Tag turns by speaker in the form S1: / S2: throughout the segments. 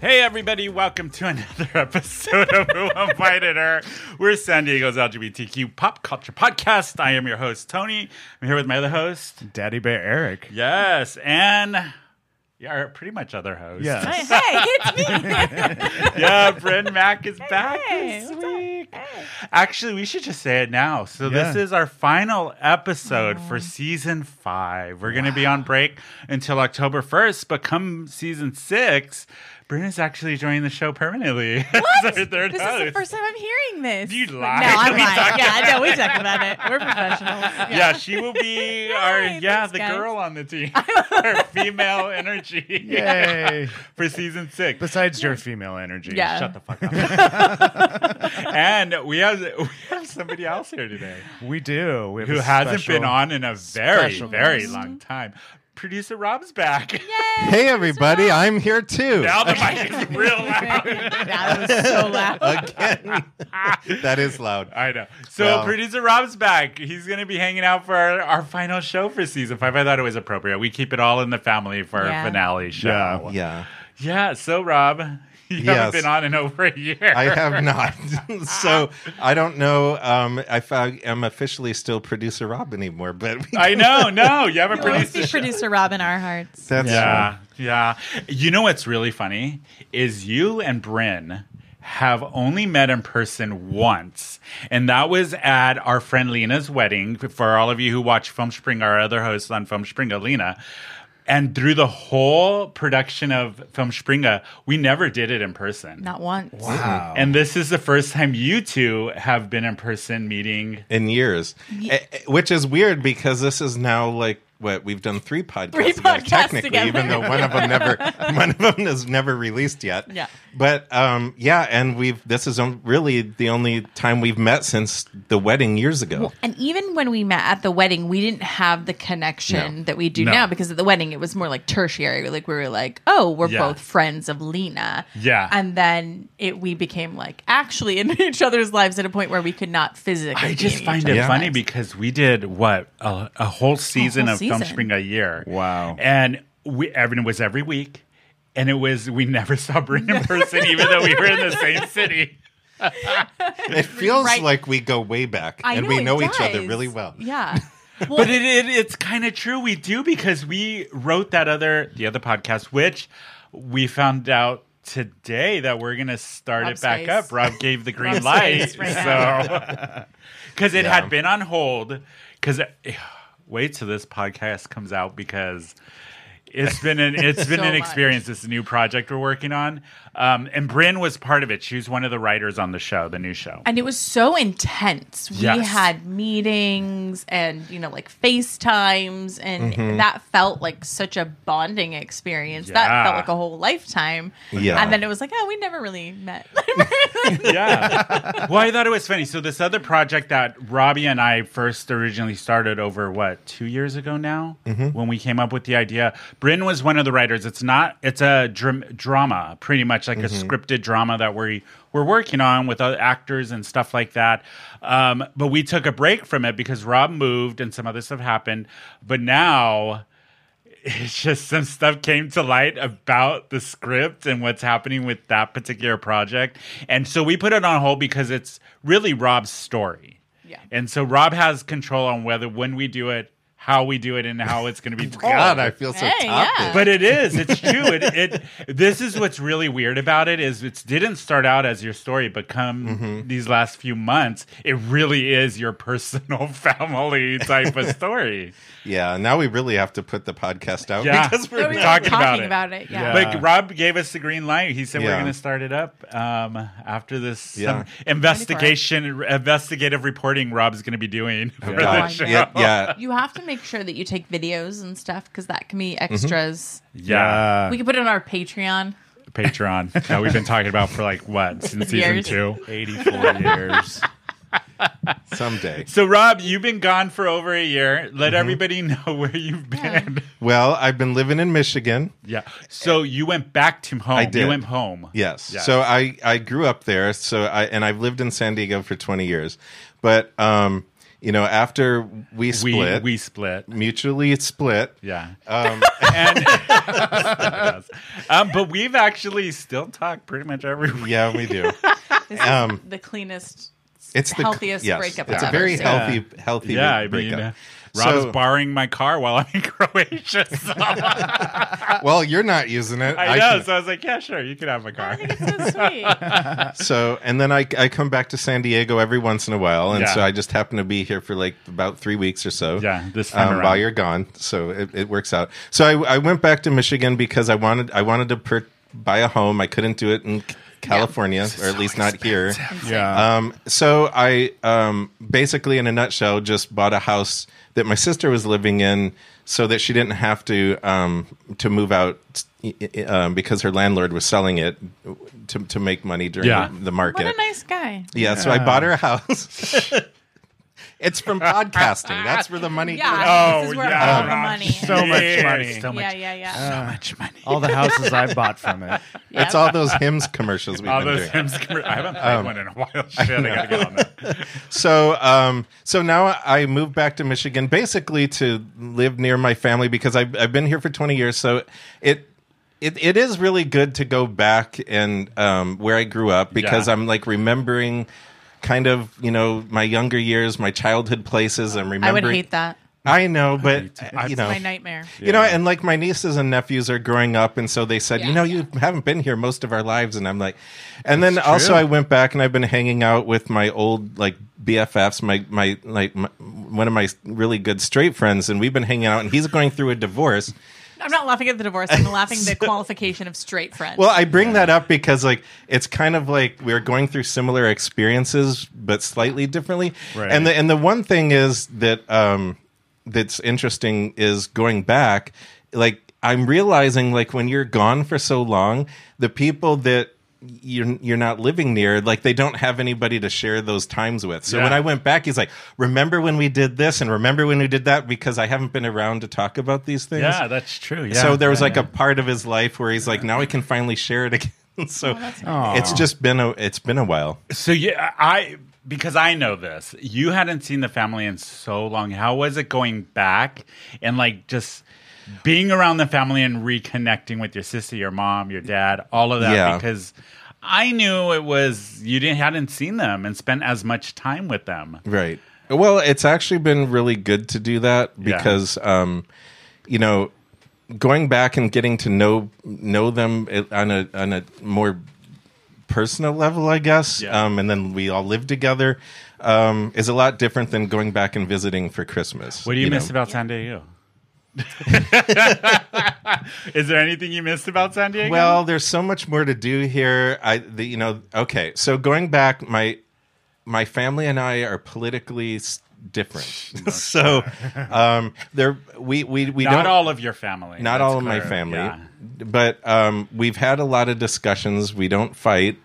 S1: Hey, everybody, welcome to another episode of Who Invited Her. We're San Diego's LGBTQ pop culture podcast. I am your host, Tony. I'm here with my other host,
S2: Daddy Bear Eric.
S1: yes, and yeah, our pretty much other host.
S2: Yeah.
S3: Uh, Hey, hey, it's me.
S1: yeah, Bryn Mac is back
S3: hey,
S1: this
S3: what's up?
S1: week. Actually, we should just say it now. So this
S2: Yeah.
S1: is our final episode for season five. We're going to be on break until October first, but come season six, Bryn is actually joining the show permanently. What?
S3: This is the first time I'm hearing this.
S1: You
S3: But
S1: lied.
S3: No, I'm
S1: We
S3: lying.
S1: talked
S3: Yeah, I know. We talked about it. We're professionals. Yeah.
S1: yeah, she will be our
S3: Yay,
S1: yeah
S3: thanks,
S1: the
S3: guys.
S1: girl on the team, our female energy
S2: Yay.
S1: for season six.
S2: Besides your female energy.
S3: Yeah.
S1: Shut the fuck up. and we have we have somebody else here today
S2: We do. We have
S1: who
S2: a
S1: hasn't
S2: special-
S1: been on in a very
S2: special
S1: very
S2: guest.
S1: long time. Producer Rob's back.
S3: Yay.
S4: Hey everybody, I'm here too.
S1: Now the mic is real loud.
S3: That was so loud.
S4: Uh, Again. that is loud.
S1: I know. So
S4: Well-
S1: producer Rob's back. He's gonna be hanging out for our, our final show for season five. I thought it was appropriate. We keep it all in the family for
S3: Yeah.
S1: our finale show.
S2: Yeah.
S4: Yeah.
S1: Yeah, so Rob, you haven't
S4: Yes.
S1: been on in over a year.
S4: I have not. so I don't know um, if I am officially still producer Rob anymore, but we,
S1: I know, no, you haven't
S3: Always
S1: produced
S3: be
S1: a show.
S3: producer Rob in our hearts.
S4: that's
S1: Yeah, yeah. You know what's really funny is you and Bryn have only met in person once, and that was at our friend Lena's wedding. For all of you who watch Film Spring, our other host on Film Springa, Lena. And through the whole production of Film Springa, we never did it in person.
S3: Not once.
S2: Wow.
S1: And this is the first time you two have been in person meeting.
S4: in years,
S3: Ye-
S4: Eh, eh, which is weird because this is now like what we've done three podcasts,
S3: Three
S4: together,
S3: podcasts
S4: technically,
S3: together.
S4: even though one of them never, one of them is never released yet.
S3: Yeah.
S4: But um, yeah, and we've this is um, really the only time we've met since the wedding years ago.
S3: And even when we met at the wedding, we didn't have the connection
S4: No.
S3: that we do
S1: No.
S3: now because at the wedding it was more like tertiary. Like we were like, oh, we're
S1: Yeah.
S3: both friends of Lena.
S1: Yeah.
S3: And then it we became like actually in each other's lives at a point where we could not physically.
S1: I
S3: be
S1: just
S3: in each
S1: find it
S4: Yeah.
S1: funny because we did what a, a whole season of Film
S3: season.
S1: Spring a year.
S2: Wow.
S1: And we everyone was every week, and it was we never saw Bryn in person, even though we were in the same city.
S4: It feels
S3: Right.
S4: like we go way back
S3: I
S4: and we
S3: it
S4: know each other
S3: does.
S4: really well.
S3: Yeah. Well,
S1: But it, it it's kind of true we do because we wrote that other the other podcast, which we found out today that we're gonna start
S3: Rob's
S1: it back
S3: face.
S1: up. Rob gave the green
S3: Rob's
S1: light,
S3: face right
S1: so because it
S4: Yeah.
S1: had been on hold. Because wait till this podcast comes out because. It's been an it's been
S3: So
S1: an
S3: much.
S1: experience. This new project we're working on, um, and Bryn was part of it. She was one of the writers on the show, the new show.
S3: and it was so intense. We
S1: Yes.
S3: had meetings and you know like FaceTimes and
S1: Mm-hmm.
S3: that felt like such a bonding experience.
S1: Yeah.
S3: That felt like a whole lifetime.
S4: Yeah.
S3: And then it was like, oh, we never really met.
S1: yeah. Well, I thought it was funny. So this other project that Robbie and I first originally started over what two years ago now, when we came up with the idea. Bryn was one of the writers. It's not. It's a dram- drama, pretty much like a scripted drama that we we're working on with other actors and stuff like that. Um, but we took a break from it because Rob moved and some other stuff happened. But now it's just some stuff came to light about the script and what's happening with that particular project. And so we put it on hold because it's really Rob's story.
S3: Yeah.
S1: And so Rob has control on whether when we do it, how we do it, and how it's going to be told.
S4: God, I feel so
S3: Hey,
S4: topped.
S3: Oh, yeah.
S1: but it is. It's true. It, it. This is what's really weird about it is it didn't start out as your story, but come
S4: Mm-hmm.
S1: these last few months, it really is your personal family type of story.
S4: Yeah, now we really have to put the podcast out
S1: Yeah.
S4: because we're
S3: We were
S1: Talking
S4: not-
S1: about it.
S3: Yeah.
S2: Yeah.
S1: But Rob gave us the green light. He said we're
S4: Yeah.
S1: going to start it up um, after this
S4: Yeah.
S1: some investigation, investigative reporting. Rob's going to be doing for
S2: Yeah.
S1: the
S4: Oh, God,
S1: show.
S4: yeah, yeah.
S3: You have to make sure that you take videos and stuff because that can
S1: Mm-hmm.
S3: be extras.
S1: Yeah.
S3: We could put it on our Patreon.
S1: Patreon that we've been talking about for like what since season
S3: Years.
S1: two.
S2: 84 years.
S4: someday.
S1: So Rob, you've been gone for over a year. Let
S4: Mm-hmm.
S1: everybody know where you've been.
S4: Well, I've been living in Michigan.
S1: Yeah. So you went back to home.
S4: I did.
S1: You went home.
S4: Yes.
S1: Yeah.
S4: So I I grew up there. So I and I've lived in San Diego for 20 years, but um, you know, after we
S1: We
S4: split,
S1: we split.
S4: mutually split.
S1: Yeah.
S4: Um,
S1: And um, but we've actually still talked pretty much every week.
S4: yeah, we do.
S3: This
S4: Um,
S3: is the cleanest,
S4: It's the
S3: healthiest
S4: yes,
S3: breakup
S4: It's
S3: I've
S4: a very
S3: ever seen.
S4: healthy, healthy
S1: Yeah, I mean,
S4: breakup.
S1: uh, Rob's
S4: So-
S1: borrowing my car while I'm in Croatia. So
S4: well, you're not using it.
S1: uh, I know,
S4: can-
S1: so I was like, yeah, sure, you can have my car.
S3: I think it's so sweet.
S4: so and then I, I come back to San Diego every once in a while, and
S1: Yeah.
S4: so I just happen to be here for like about three weeks or so.
S1: Yeah, this time
S4: Um,
S1: around.
S4: while you're gone, so it, it works out. So I, I went back to Michigan because I wanted I wanted to per- buy a home. I couldn't do it in C- California, or at least not here.
S2: Yeah.
S4: Um, so I um, basically, in a nutshell, just bought a house that my sister was living in, so that she didn't have to um, to move out i- i- um, because her landlord was selling it to to make money during
S1: Yeah.
S4: the, the
S3: What
S4: market.
S3: a nice guy.
S4: yeah, so I bought her a house. it's from podcasting. That's where the money.
S3: Yeah, this
S1: Oh,
S3: is where
S1: yeah.
S3: all the money.
S2: So
S3: is.
S2: much
S1: Yeah.
S2: money.
S1: So much, Uh,
S3: yeah, yeah, yeah.
S1: so much money.
S2: All the houses I bought from it.
S4: It's all those hymns commercials we've
S1: All
S4: been Um,
S1: those
S4: doing.
S1: hymns. I haven't played one in a while. Shit, I, gotta get on that.
S4: So, um, so now I moved back to Michigan basically to live near my family because I've, I've been here for 20 years. So it, it, it is really good to go back and um, where I grew up because
S1: Yeah.
S4: I'm like remembering kind of, you know, my younger years, my childhood places. I'm
S3: I would
S4: remembering.
S3: hate that.
S4: I know, but, you know.
S3: My nightmare.
S4: You know, and like my nieces and nephews are growing up, and so they said, you
S3: Yeah.
S4: know, you haven't been here most of our lives, and I'm like, and then also I went back and I've been hanging out with my old like BFFs, my my like my, one of my really good straight friends, and we've been hanging out, and he's going through a divorce.
S3: I'm not laughing at the divorce. I'm laughing at the qualification of straight friend.
S4: Well, I bring that up because like it's kind of like we're going through similar experiences but slightly differently.
S2: Right.
S4: And the and the one thing is that um that's interesting is going back like I'm realizing like when you're gone for so long, the people that you're you're not living near like they don't have anybody to share those times with. So
S1: Yeah.
S4: when I went back, he's like, "Remember when we did this and remember when we did that?" Because I haven't been around to talk about these things
S1: Yeah, that's true. Yeah.
S4: so there was
S1: Yeah,
S4: like a part of his life where he's like, now I can finally share it again. so it's just been a it's been a while.
S1: So yeah, I because I know this. You hadn't seen the family in so long. How was it going back and like just being around the family and reconnecting with your sister, your mom, your dad, all of that
S4: Yeah.
S1: because I knew it was you didn't hadn't seen them and spent as much time with them.
S4: Right. Well, it's actually been really good to do that
S1: Yeah.
S4: because um, you know, going back and getting to know know them it- on a on a more personal level, I guess.
S1: Yeah.
S4: Um, and then we all live together. Um, is a lot different than going back and visiting for Christmas.
S1: What do you, miss
S4: know?
S1: about San Diego? Is there anything you missed about San Diego?
S4: Well, there's so much more to do here. I, the, you know, okay. So going back, my my family and I are politically s- different. so um, there, we we we
S1: not
S4: don't
S1: all of your family.
S4: not
S1: that's
S4: all of my
S1: clear.
S4: family,
S1: Yeah.
S4: but um, we've had a lot of discussions. We don't fight.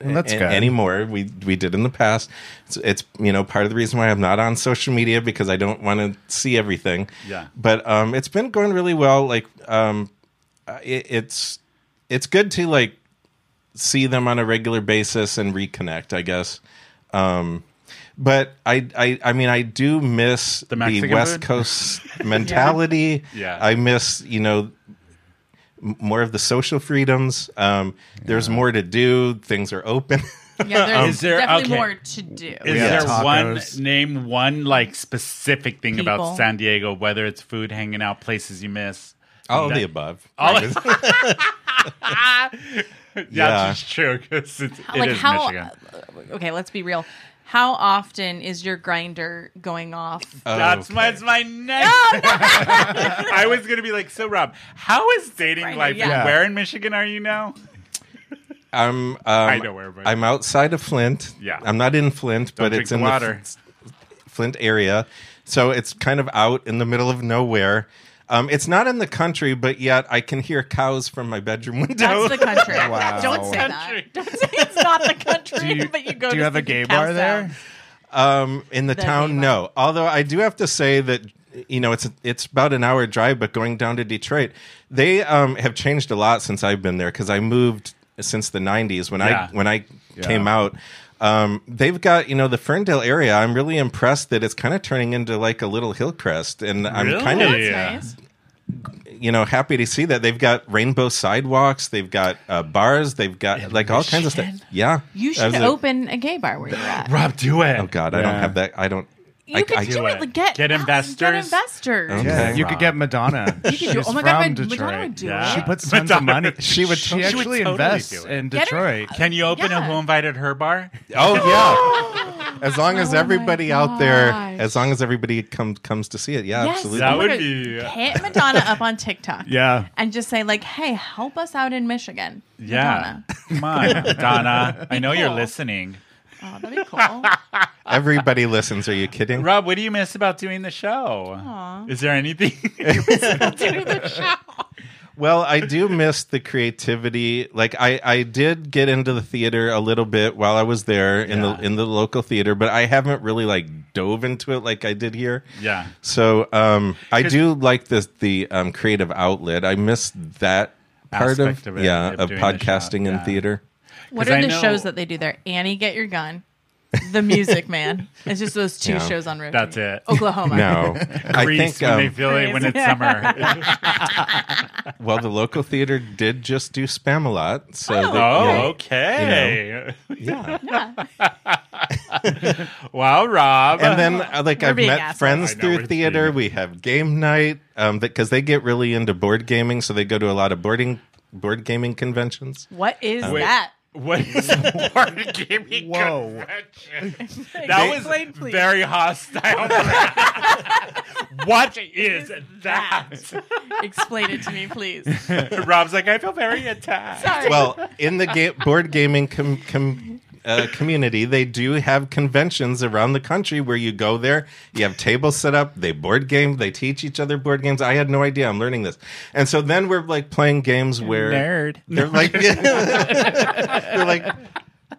S2: That's
S4: a-
S2: good.
S4: anymore. We we did in the past. It's, it's you know part of the reason why I'm not on social media because I don't want to see everything.
S1: Yeah.
S4: But um, it's been going really well. Like um, uh, it, it's it's good to like see them on a regular basis and reconnect. I guess. Um, but I, I I mean I do miss the,
S1: Mexican
S4: West
S1: food?
S4: Coast mentality.
S1: Yeah.
S4: I miss you know m- more of the social freedoms. Um, There's more to do. Things are open.
S3: yeah, there's
S1: Is there-
S3: definitely
S1: okay.
S3: more to do.
S1: Is
S2: We have
S1: there
S2: tacos.
S1: one name one like specific thing
S3: People.
S1: about San Diego, whether it's food, hanging out, places you miss?
S4: All of
S1: That-
S4: the above.
S1: All yeah,
S4: Yeah.
S1: it's just true 'cause it's, it
S3: like
S1: is
S3: how? Oh, uh,
S1: Michigan.
S3: Okay, let's be real. How often is your grinder going off?
S1: That's
S4: Oh, Okay.
S1: my, that's my next. I was gonna be like, so Rob, how is dating
S3: Right,
S1: life?
S3: yeah.
S1: And where in Michigan are you now?
S4: I'm. Um,
S1: know where, but-
S4: I'm outside of Flint.
S1: Yeah.
S4: I'm not in Flint,
S1: Don't
S4: but
S1: drink
S4: it's
S1: the
S4: in
S1: water.
S4: the Flint area, so it's kind of out in the middle of nowhere. Um, it's not in the country, but yet I can hear cows from my bedroom window.
S3: That's the country.
S2: Wow.
S3: Don't say
S1: Country.
S3: that. Don't say it's not the country,
S2: Do you,
S3: but you go.
S2: do
S3: to
S2: you have a
S3: see the
S2: gay
S3: cow
S2: bar there?
S3: sound.
S4: um, in the
S3: The
S4: town,
S3: neighbor.
S4: no. Although I do have to say that you know it's it's about an hour drive, but going down to Detroit, they um, have changed a lot since I've been there because I moved since the 90s when
S1: Yeah.
S4: I when I came
S1: Yeah.
S4: out. Um, they've got you know the Ferndale area. I'm really impressed that it's kind of turning into like a little Hillcrest, and I'm kind of
S1: Really?
S3: That's
S1: Yeah.
S3: nice.
S4: you know happy to see that they've got rainbow sidewalks, they've got uh, bars, they've got like all kinds of stuff.
S1: Mission.
S4: Yeah,
S3: You
S4: That
S3: should
S4: was a-
S3: open a gay bar where you're at.
S1: Rob, do it.
S4: Oh God, I don't
S2: Yeah.
S4: have that. I don't.
S3: You
S4: I,
S3: could
S4: I-
S3: do
S1: it.
S3: it. like, Get,
S1: Get
S3: out- Get
S1: investors.
S3: investors.
S4: Okay.
S2: Yeah, you
S1: Rob.
S2: could get Madonna.
S3: You could do.
S2: She's
S3: Oh my
S2: from
S3: god, my, Madonna would
S2: Detroit.
S3: do
S1: Yeah.
S2: She
S3: it.
S2: puts tons of
S1: Madonna-
S2: money. She would. She
S1: would
S2: actually
S1: totally
S2: invests
S1: do it.
S2: in
S3: Get her-
S2: Detroit.
S1: Can you open a
S3: Yeah.
S1: Who Invited Her bar?
S4: Oh yeah. As long as
S3: Oh my
S4: everybody out there,
S3: gosh.
S4: as long as everybody comes comes to see it, yeah,
S3: Yes.
S4: absolutely.
S1: That
S3: I'm
S1: would
S3: gonna
S1: be-
S3: hit Madonna up on TikTok.
S2: Yeah.
S3: and just say like, "Hey, help us out in Michigan."
S1: Yeah. Come on, Donna. I know you're
S3: cool.
S1: listening.
S3: Madonna. Oh, that'd be cool.
S4: Everybody listens. Are you kidding?
S1: Rob, what do you miss about doing the show?
S3: Aw.
S1: Is there anything?
S4: Well, I do miss the creativity. Like I, I did get into the theater a little bit while I was there in the
S1: Yeah.
S4: in the local theater, but I haven't really like dove into it like I did here.
S1: yeah.
S4: So um, I do like this the um, creative outlet. I miss that part of,
S1: Aspect of it,
S4: yeah
S1: of
S4: of
S1: doing the shop,
S4: podcasting and
S1: yeah.
S4: theater.
S3: What
S1: 'Cause I
S3: are the
S1: know-
S3: shows that they do there? Annie, Get Your Gun, The Music Man. It's just those two
S4: Yeah.
S3: shows on road.
S1: That's
S3: trip.
S1: it.
S3: Oklahoma.
S4: No, I
S1: Grease
S4: think
S1: when they
S4: um,
S1: feel it when
S3: Grease.
S1: it's summer.
S4: well the local theater did just do Spamalot, so
S3: Oh,
S4: they- yeah.
S1: oh, okay.
S4: Yeah.
S1: wow, Rob.
S4: And then, uh, like,
S3: We're
S4: I've
S3: being
S4: met
S3: assholes.
S4: friends
S1: I know,
S4: through
S1: we're
S4: theater.
S1: being-
S4: We have game night um, because they get really into board gaming, so they go to a lot of boarding board gaming conventions.
S3: What is
S1: Wait,
S3: that?
S1: What is board gaming
S2: Whoa.
S1: convention? That was
S3: Explain, please.
S1: very hostile. what is that?
S3: Explain it to me, please.
S1: Rob's like, I feel very attacked.
S3: Sorry.
S4: Well, in the ga- board gaming com- com- uh, community, they do have conventions around the country where you go there, you have tables set up, they board game, they teach each other board games. I had no idea. I'm learning this, and so then we're like playing games where
S2: Nerd.
S4: They're like, they're like.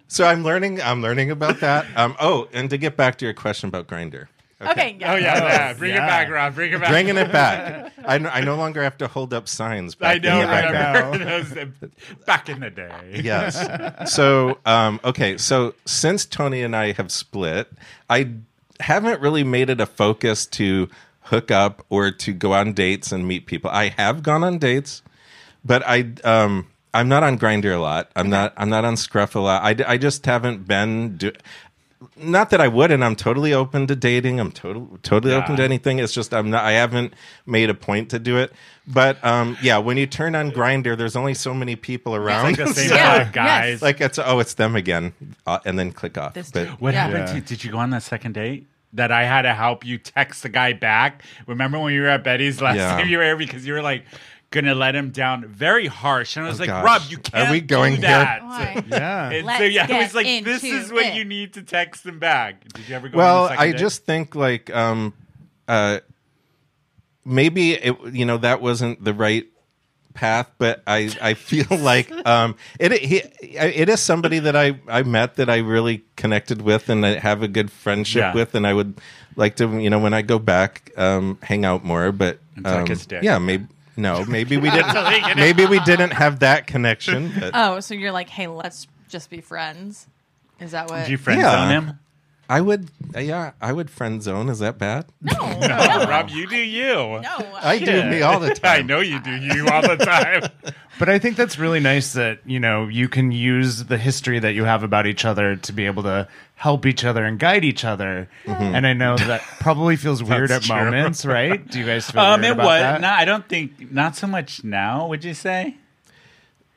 S4: So I'm learning. I'm learning about that. Um. Oh, and to get back to your question about Grinder,
S3: okay. yeah.
S1: Oh yeah, yeah. bring
S2: yeah.
S1: it back, Rob. Bring it back.
S4: bringing it back, I, n- I no longer have to hold up signs. Back
S1: I know.
S4: in the background.
S1: Remember those, uh, back in the day.
S4: Yes. So, um, okay. So since Tony and I have split, I haven't really made it a focus to hook up or to go on dates and meet people. I have gone on dates, but I, um, I'm not on Grinder a lot. I'm not. I'm not on Scruff a lot. I, d- I just haven't been. Do- not that I wouldn't. I'm totally open to dating. I'm total, totally
S1: Yeah.
S4: open to anything. It's just I'm not. I haven't made a point to do it. But um, yeah, when you turn on Grinder, there's only so many people around.
S1: Like the same
S3: Yeah.
S1: five guys.
S3: Yes.
S4: Like it's oh, it's them again, uh, and then click off.
S3: This-
S4: But
S1: What
S3: Yeah.
S1: happened?
S2: Yeah.
S1: To, did you go on that second date? That I had to help you text the guy back. Remember when you were at Betty's last
S4: Yeah.
S1: time you were here because you were like gonna let him down very harsh, and I was like,
S4: Oh,
S1: Rob,
S4: gosh.
S1: you
S4: Are
S1: can't.
S4: we going
S1: do
S4: here?
S1: that.
S3: Why?
S2: Yeah.
S1: And so
S3: Let's
S1: yeah, I was
S3: get
S1: like, this
S3: into
S1: is what
S3: it.
S1: you need to text him back. Did you ever go? on
S4: well,
S1: the second
S4: I
S1: date?
S4: just think like um, uh, maybe it, you know that wasn't the right path, but I I feel like um, it he, it is somebody that I I met that I really connected with and I have a good friendship
S1: Yeah.
S4: with, and I would like to you know when I go back um, hang out more, but
S1: suck
S4: um,
S1: his dick.
S4: yeah, maybe no, maybe we didn't.
S1: Like, it-
S4: Maybe we didn't have that connection. But
S3: Oh, so you're like, hey, let's just be friends. Is that what?
S1: Did you friend
S4: Yeah.
S1: zone him?
S4: I would, uh, yeah, I would friend zone. Is that bad?
S3: no, no,
S1: Oh, Rob, you do you.
S3: no.
S4: I do me all the
S1: I
S4: time.
S1: know you do you all the time.
S2: But I think that's really nice that, you know, you can use the history that you have about each other to be able to help each other and guide each other. And I know that probably feels weird at
S1: Mm-hmm. That's true.
S2: moments, right? Do you guys feel
S1: um,
S2: weird
S1: it
S2: about
S1: was.
S2: that?
S1: No, I don't think. Not so much now. Would you say?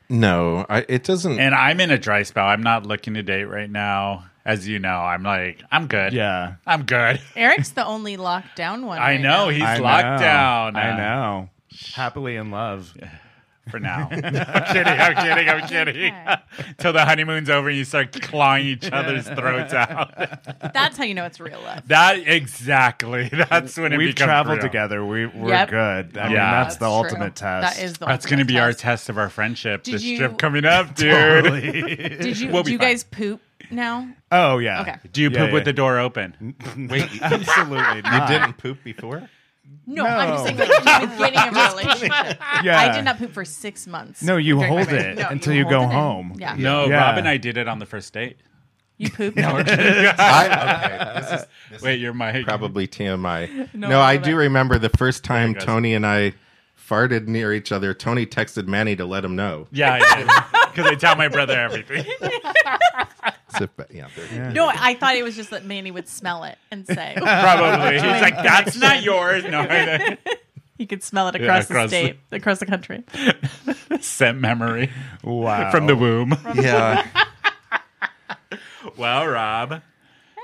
S4: No, I, it doesn't.
S1: And I'm in a dry spell. I'm not looking to date right now. As you know, I'm like, I'm good.
S2: yeah.
S1: I'm good.
S3: Eric's the only lockdown one.
S1: I
S3: right
S1: know
S3: now.
S1: he's
S2: I know.
S1: locked down.
S2: I
S1: uh,
S2: know. Happily in love.
S1: For now. I'm kidding. I'm kidding. I'm kidding. Till the honeymoon's over and you start clawing each other's throats out.
S3: That's how you know it's real love.
S1: That exactly. That's when it
S2: We've
S1: becomes
S2: traveled
S1: real.
S2: together. We, we're
S3: Yep.
S2: good. I mean,
S1: Yeah.
S2: that's, the
S3: true.
S2: ultimate test.
S3: That is the
S1: That's going to
S3: ultimate
S1: be our
S3: test.
S1: test of our friendship.
S3: Did
S1: this
S3: you-
S1: trip coming up, dude.
S3: Did you
S1: We'll be
S3: do you
S1: fine.
S3: guys poop now?
S2: Oh, yeah.
S3: Okay.
S1: Do you
S2: Yeah,
S1: poop with
S2: yeah.
S1: the door open?
S4: Wait, you
S2: Absolutely not.
S4: didn't poop before?
S3: No, I'm just saying, like, in the beginning of a relationship,
S2: Yeah.
S3: I did not poop for six months.
S2: No, you
S3: during my
S2: hold
S3: marriage.
S2: it until you
S3: hold
S2: go
S3: it in.
S2: home.
S3: Yeah.
S1: No,
S2: Yeah.
S1: Rob and I did it on the first date.
S3: You poop.
S4: I, okay, this is
S1: Wait, you're my
S4: probably TMI.
S3: No,
S4: no, I
S3: love
S4: do
S3: it.
S4: remember the first time
S1: guys.
S4: Tony and I farted near each other. Tony texted Manny to let him know.
S1: Yeah, I did. Because I tell my brother everything.
S4: So, but, yeah, there you go.
S3: No, I thought it was just that Manny would smell it and say
S1: Probably. He's like, that's not yours. No, I-
S3: he could smell it across,
S1: across
S3: the
S1: the-
S3: state, across the country.
S1: scent memory
S2: Wow.
S1: from the womb.
S4: Yeah.
S1: Well, Rob.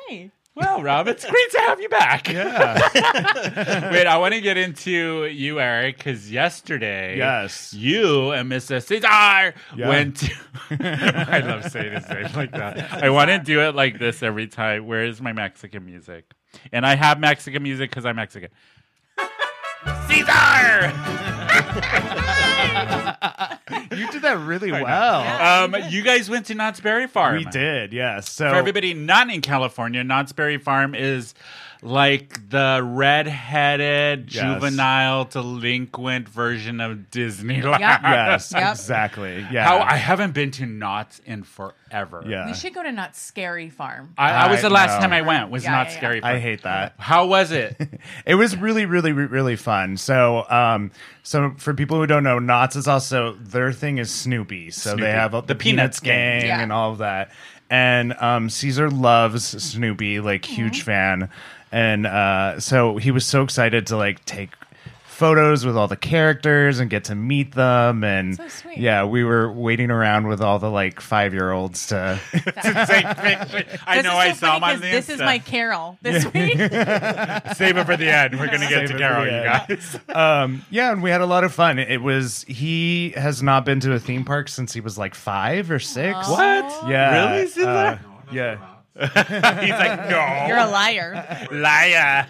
S3: Hey,
S1: Well, Rob, it's great to have you back. Wait, I want to get into you, Eric, because yesterday,
S2: Yes.
S1: you and Mrs. Cesar
S2: Yeah.
S1: went to. I love saying his name like that. I want to do it like this every time. Where is my Mexican music? And I have Mexican music because I'm Mexican. Cesar.
S2: You did that really well.
S1: Um, you guys went to Knott's Berry Farm.
S2: We did, yes. So
S1: For everybody not in California, Knott's Berry Farm is like the red-headed
S2: Yes.
S1: juvenile delinquent version of Disneyland.
S3: Yep.
S2: yes,
S3: Yep.
S2: exactly. Yeah.
S1: How I haven't been to Knott's in forever.
S2: yeah.
S3: we should go to Not Scary Farm.
S1: I, I was
S2: Uh,
S1: the
S2: I
S1: last
S2: know.
S1: time I went. Was
S3: Yeah,
S1: not
S3: yeah, yeah.
S1: scary. Farm.
S2: I hate that.
S1: How was it?
S2: It was really, really, re- really fun. So, um, so for people who don't know, Knott's is also their thing is Snoopy. So
S1: Snoopy.
S2: they have uh,
S1: The
S2: the,
S1: Peanuts
S2: Peanuts,
S1: gang.
S2: gang
S3: Yeah.
S2: and all of that. And um, Caesar loves Snoopy, like huge fan. And uh, so he was so excited to like take photos with all the characters and get to meet them. And
S3: So sweet.
S2: yeah, we were waiting around with all the like five year olds to.
S1: I
S3: This
S1: know
S3: is so
S1: I saw
S3: funny
S1: him on
S3: 'cause
S1: the
S3: This is
S1: Insta.
S3: my Carol this week.
S1: Save it for the end. We're gonna get
S2: Save
S1: to
S2: it for
S1: Carol,
S2: the
S1: you
S2: end.
S1: guys.
S2: um, yeah, and we had a lot of fun. It was he has not been to a theme park since he was like five or six.
S1: What?
S2: Yeah.
S1: Really, Caesar?
S2: uh, yeah.
S1: He's like, no,
S3: You're a liar.
S1: liar.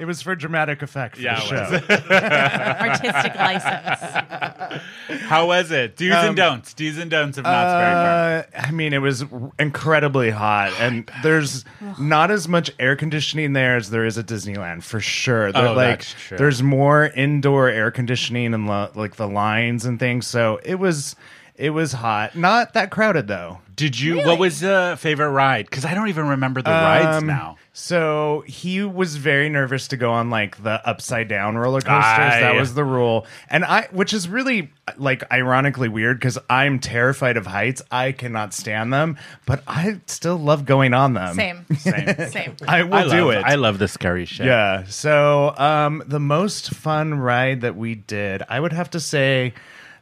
S2: It was for dramatic effect. For
S1: Yeah,
S2: the
S1: it was.
S2: show.
S3: Artistic license.
S1: How was it? Do's
S2: Um,
S1: and don'ts. Do's and don'ts of Knott's Berry Farm.
S2: Uh, I mean, it was incredibly hot, and there's not as much air conditioning there as there is at Disneyland for sure. They're,
S1: Oh,
S2: like
S1: that's true.
S2: there's more indoor air conditioning and lo- like the lines and things. So it was it was hot, not that crowded though.
S1: Did you? What was the favorite ride? Because I don't even remember the rides
S2: Um,
S1: now.
S2: So he was very nervous to go on like the upside down roller coasters. that
S1: Aye.
S2: was the rule, and I, which is really like ironically weird because I'm terrified of heights. I cannot stand them, but I still love going on them.
S3: Same.
S1: Same.
S3: Same.
S2: I will do it.
S1: love the scary shit.
S2: yeah. So um, the most fun ride that we did, I would have to say.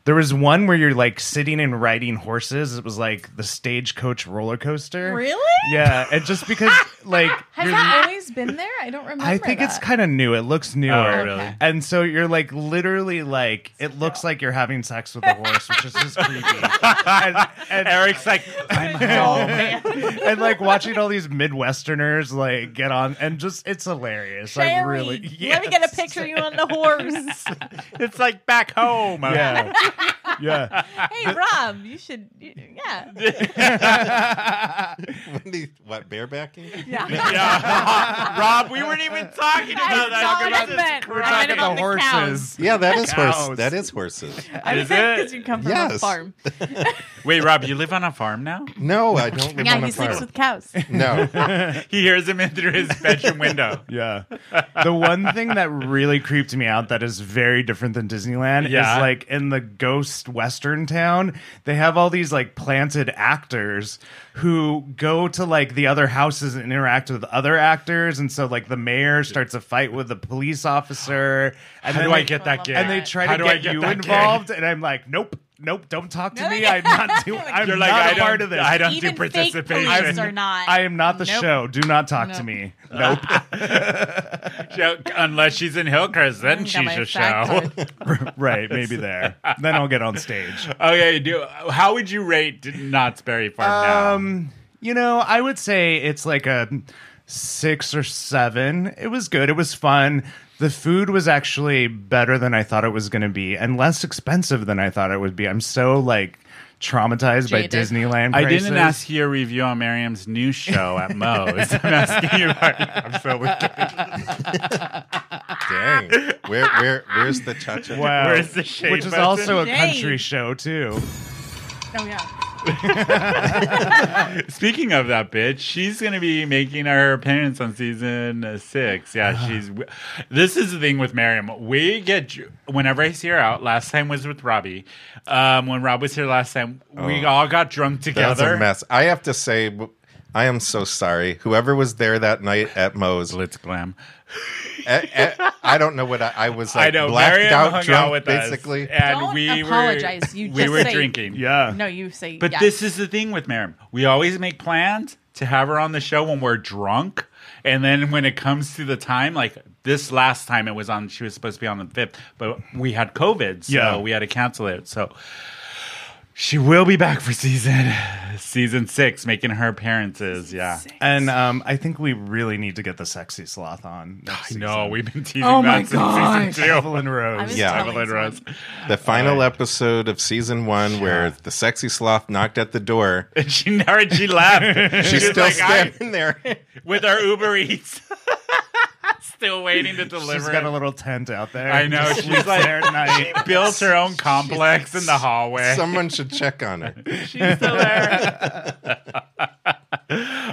S2: There was one where you're like sitting and riding horses. It was like the stagecoach roller coaster.
S3: Really?
S2: Yeah, and just because like
S3: Has
S2: you're-
S3: that always been there? I don't remember.
S2: I think it's
S3: that.
S2: kind of new. It looks newer.
S1: Oh, really?
S2: And so you're like literally like it looks like you're having sex with a horse, which is just creepy. and, and,
S1: Eric's like, I'm home.
S2: and, like watching all these Midwesterners like get on and just it's hilarious. I
S3: Sherry,
S2: really
S3: Let me get a picture of you on the horse.
S1: It's like back home.
S2: Yeah. yeah.
S3: hey, Rob, you should. Yeah.
S4: what, barebacking?
S3: Yeah.
S1: Yeah. Rob, we weren't even talking about that.
S3: That's all I meant.
S1: We're
S3: I
S1: talking
S3: meant
S1: about
S3: about
S2: The
S3: the cows.
S2: horses.
S4: Yeah, that is
S2: Cows.
S4: horse. That is horses.
S3: I
S1: Is it?
S3: because you come from a
S4: Yes.
S3: farm.
S1: Wait, Rob, you live on a farm now?
S4: No, I don't live
S3: Yeah,
S4: on a
S3: he sleeps
S4: farm.
S3: with cows.
S4: no.
S1: He hears him in through his bedroom window.
S2: Yeah. The one thing that really creeped me out that is very different than Disneyland
S1: Yeah.
S2: is like in the ghost western town, they have all these like planted actors who go to like the other houses and interact with other actors. And so like the mayor starts a fight with the police officer. And
S1: How
S2: then
S1: do I
S2: they-
S1: get that
S3: love
S1: gig?
S3: that.
S2: And they try
S1: How
S2: to
S1: do I
S2: get,
S1: get
S2: you
S1: that gig?
S2: involved. And I'm like, nope, nope, don't talk to
S3: No,
S2: me.
S3: they-
S2: I'm not doing, I'm
S1: You're like,
S2: not
S1: I
S2: a part
S1: don't-
S2: of this.
S1: I don't
S3: Even
S1: do
S3: fake
S1: participation.
S3: police are not.
S2: I am not the
S3: Nope.
S2: show. Do not talk to
S3: Nope.
S2: me. Nope.
S1: Joke, Unless she's in Hillcrest, then
S3: Got my
S1: she's a
S3: fact
S1: show.
S3: card.
S2: right, maybe there. Then I'll get on stage.
S1: Okay, do, how would you rate Knott's Berry Farm now?
S2: Um, you know, I would say it's like a six or seven. It was good. It was fun. The food was actually better than I thought it was going to be, and less expensive than I thought it would be. I'm so like traumatized by
S3: Jaded.
S2: Disneyland.
S1: I didn't
S2: prices.
S1: ask you a review on Miriam's new show at Moe's. I'm asking you about. I'm so wicked.
S4: Dang. Where where where's the cha cha?
S2: Wow.
S1: Where's the shade
S2: Oh, Which is
S1: button?
S2: also a
S3: Shade.
S2: country show too.
S3: Oh yeah.
S1: Speaking of that bitch, she's going to be making her appearance on season uh, six.
S4: Ah.
S1: Yeah, she's. This is the thing with Miriam. We get ju- whenever I see her out. Last time was with Robbie. Um, when Rob was here last time, we all got drunk
S4: That's
S1: together.
S4: Oh. a mess. I have to say, w- I am so sorry. Whoever was there that night at Moe's,
S1: Let's glam.
S4: I, I, I don't know what I, I was
S1: I
S4: like.
S1: know.
S4: blacked
S1: Miriam
S4: out,
S1: hung
S4: drunk,
S1: out with
S4: basically.
S1: us, and
S3: Don't
S1: we
S3: apologize.
S1: Were,
S3: You
S1: we
S3: just
S1: were
S3: say-
S1: drinking.
S2: Yeah.
S3: No, you say.
S1: But
S3: yes.
S1: this is the thing with Miriam. We always make plans to have her on the show when we're drunk. And then when it comes to the time, like this last time it was on, she was supposed to be on the 5th, but we had COVID. So
S2: Yeah.
S1: we had to cancel it. So she will be back for season season six, making her appearances. Yeah.
S2: And um, I think we really need to get the sexy sloth on. Next
S1: I
S2: season.
S1: know. We've been teasing
S3: Oh my
S1: that since season two.
S2: Evelyn
S3: I was
S2: Rose.
S4: Yeah.
S3: telling
S1: Evelyn
S3: someone.
S1: Rose.
S4: The final episode of season one, where the sexy sloth knocked at the door.
S1: And she never she left.
S4: She's still
S1: like, I-
S4: standing there.
S1: with our Uber Eats. Still waiting to deliver.
S2: She's got a little tent out there.
S1: I know,
S2: Just
S1: she's
S2: sleeps
S1: like-
S2: there at night.
S1: built her own complex in the hallway.
S4: Someone should check on her.
S1: She's still there.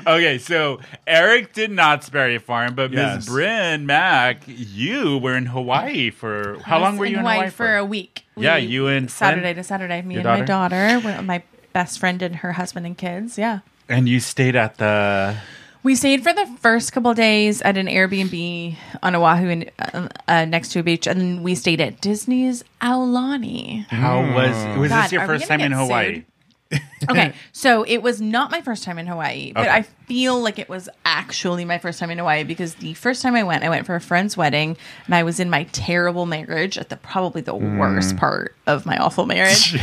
S1: okay, so Eric did not spare your farm, but
S2: Yes.
S1: Ms. Bryn Mac, you were in Hawaii for how
S3: I was
S1: long were you in
S3: Hawaii,
S1: Hawaii
S3: for? a week?
S1: Yeah, you and
S3: Saturday
S1: Flynn?
S3: to Saturday. Me
S1: Your
S3: and my daughter, went- my best friend and her husband and kids. Yeah.
S1: And you stayed at the
S3: We stayed for the first couple days at an Airbnb on Oahu and uh, uh, next to a beach, and then we stayed at Disney's Aulani.
S1: how was was
S3: God,
S1: this your
S3: are we
S1: first
S3: gonna
S1: time in
S3: get
S1: Hawaii?
S3: sued? Okay, so it was not my first time in Hawaii, but
S1: Okay.
S3: I feel like it was actually my first time in Hawaii because the first time I went, I went for a friend's wedding, and I was in my terrible marriage at the probably the
S1: Hmm.
S3: worst part of my awful marriage,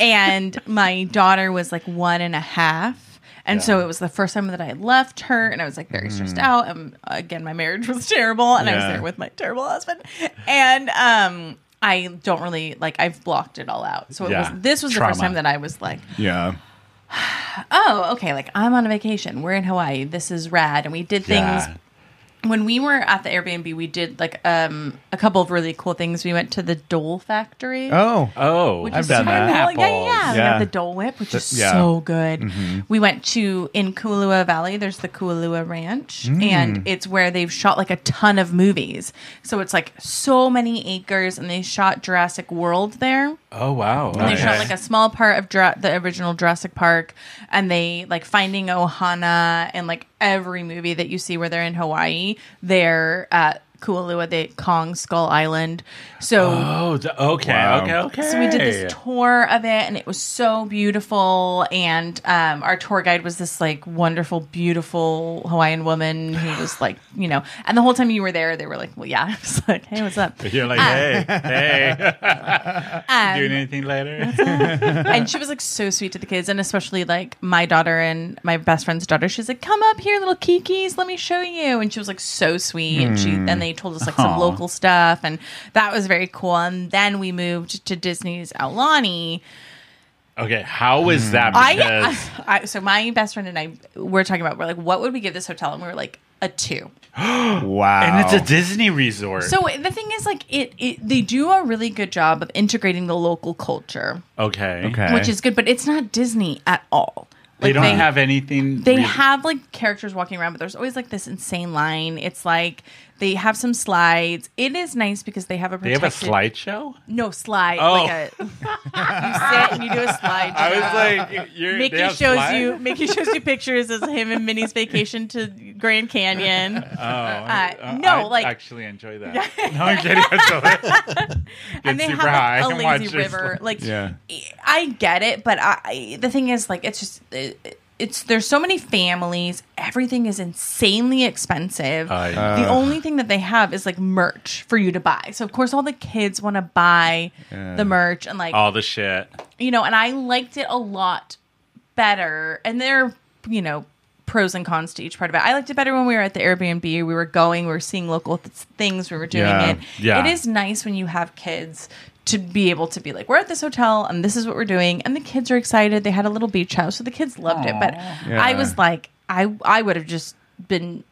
S3: and my daughter was like one and a half. And so it was the first time that I left her, and I was like very stressed out. And again, my marriage was terrible, and I was
S1: Hmm. Yeah.
S3: there with my terrible husband. And um, I don't really like I've blocked it all out. So it
S1: Yeah.
S3: was this was the first
S1: Trauma.
S3: time that I was like,
S2: Yeah.
S3: oh, okay, like I'm on a vacation. We're in Hawaii. This is rad. And we did things
S1: Yeah.
S3: when we were at the Airbnb, we did like um a couple of really cool things. We went to the Dole Factory.
S2: Oh.
S1: Oh,
S3: which
S1: I've
S3: is
S1: done
S3: so
S1: that.
S3: Cool. Yeah, yeah, yeah. We
S2: Yeah.
S3: got the Dole Whip, which is
S2: yeah.
S3: so good. We went to in Kualua Valley. There's the Kualua Ranch, and it's where they've shot like a ton of movies. So it's like so many acres, and they shot Jurassic World there.
S1: Oh wow.
S3: And
S1: Okay.
S3: They shot like a small part of Jura- the original Jurassic Park, and they like Finding Ohana and like every movie that you see where they're in Hawaii, they're at Kualua, they Kong Skull Island. So
S1: Oh, the, okay,
S2: Wow.
S1: okay, okay.
S3: so we did this tour of it, and it was so beautiful. And um, our tour guide was this like wonderful, beautiful Hawaiian woman who was like, you know, and the whole time you were there, they were like, well, yeah, I was like, hey, what's up?
S1: You're like, hey, hey,
S3: Um,
S1: doing anything later?
S3: and she was like so sweet to the kids and especially like my daughter and my best friend's daughter she's like come up here little kikis let me show you and she was like so sweet and she and they told us like some
S1: Aw.
S3: local stuff and that was very cool and then we moved to disney's aulani
S1: Okay, how was that?
S3: I, uh,
S1: Because
S3: I so my best friend and i were talking about we're like what would we give this hotel and we were like a two
S2: Wow.
S1: and it's a Disney resort.
S3: so the thing is like it, it they do a really good job of integrating the local culture
S1: okay,
S2: okay.
S3: which is good but it's not disney at all
S1: They
S3: Like,
S1: don't have anything.
S3: They
S1: really-
S3: have like characters walking around, but there's always like this insane line. It's like they have some slides. It is nice because they have a
S1: They
S3: protected,
S1: have a slideshow.
S3: No slide.
S1: Oh.
S3: Like a, you sit and you do a slide.
S1: I was like, you're,
S3: Mickey shows you. Mickey shows you pictures as him and Minnie's vacation to Grand Canyon.
S1: Oh,
S3: uh, no,
S1: I
S3: like-
S1: actually enjoy that. no, I'm kidding. I'm sorry. Get
S3: and they
S1: super
S3: have
S1: high
S3: like, a
S1: and watch
S3: lazy
S1: your
S3: river. Like,
S2: Yeah.
S3: I get it, but I, I the thing is, like, it's just it, it's there's so many families. Everything is insanely expensive.
S1: slide.
S3: the only thing that they have is like merch for you to buy. So of course, all the kids want to buy the merch and like
S1: all the shit.
S3: you know. And I liked it a lot better. And there, are, you know, pros and cons to each part of it. I liked it better when we were at the Airbnb. We were going, we were seeing local th- things, we were doing
S2: Yeah.
S3: it.
S1: Yeah.
S3: It is nice when you have kids to be able to be like, we're at this hotel and this is what we're doing. And the kids are excited. They had a little beach house, so the kids loved it. But I
S2: Yeah.
S3: was like, I I would have just been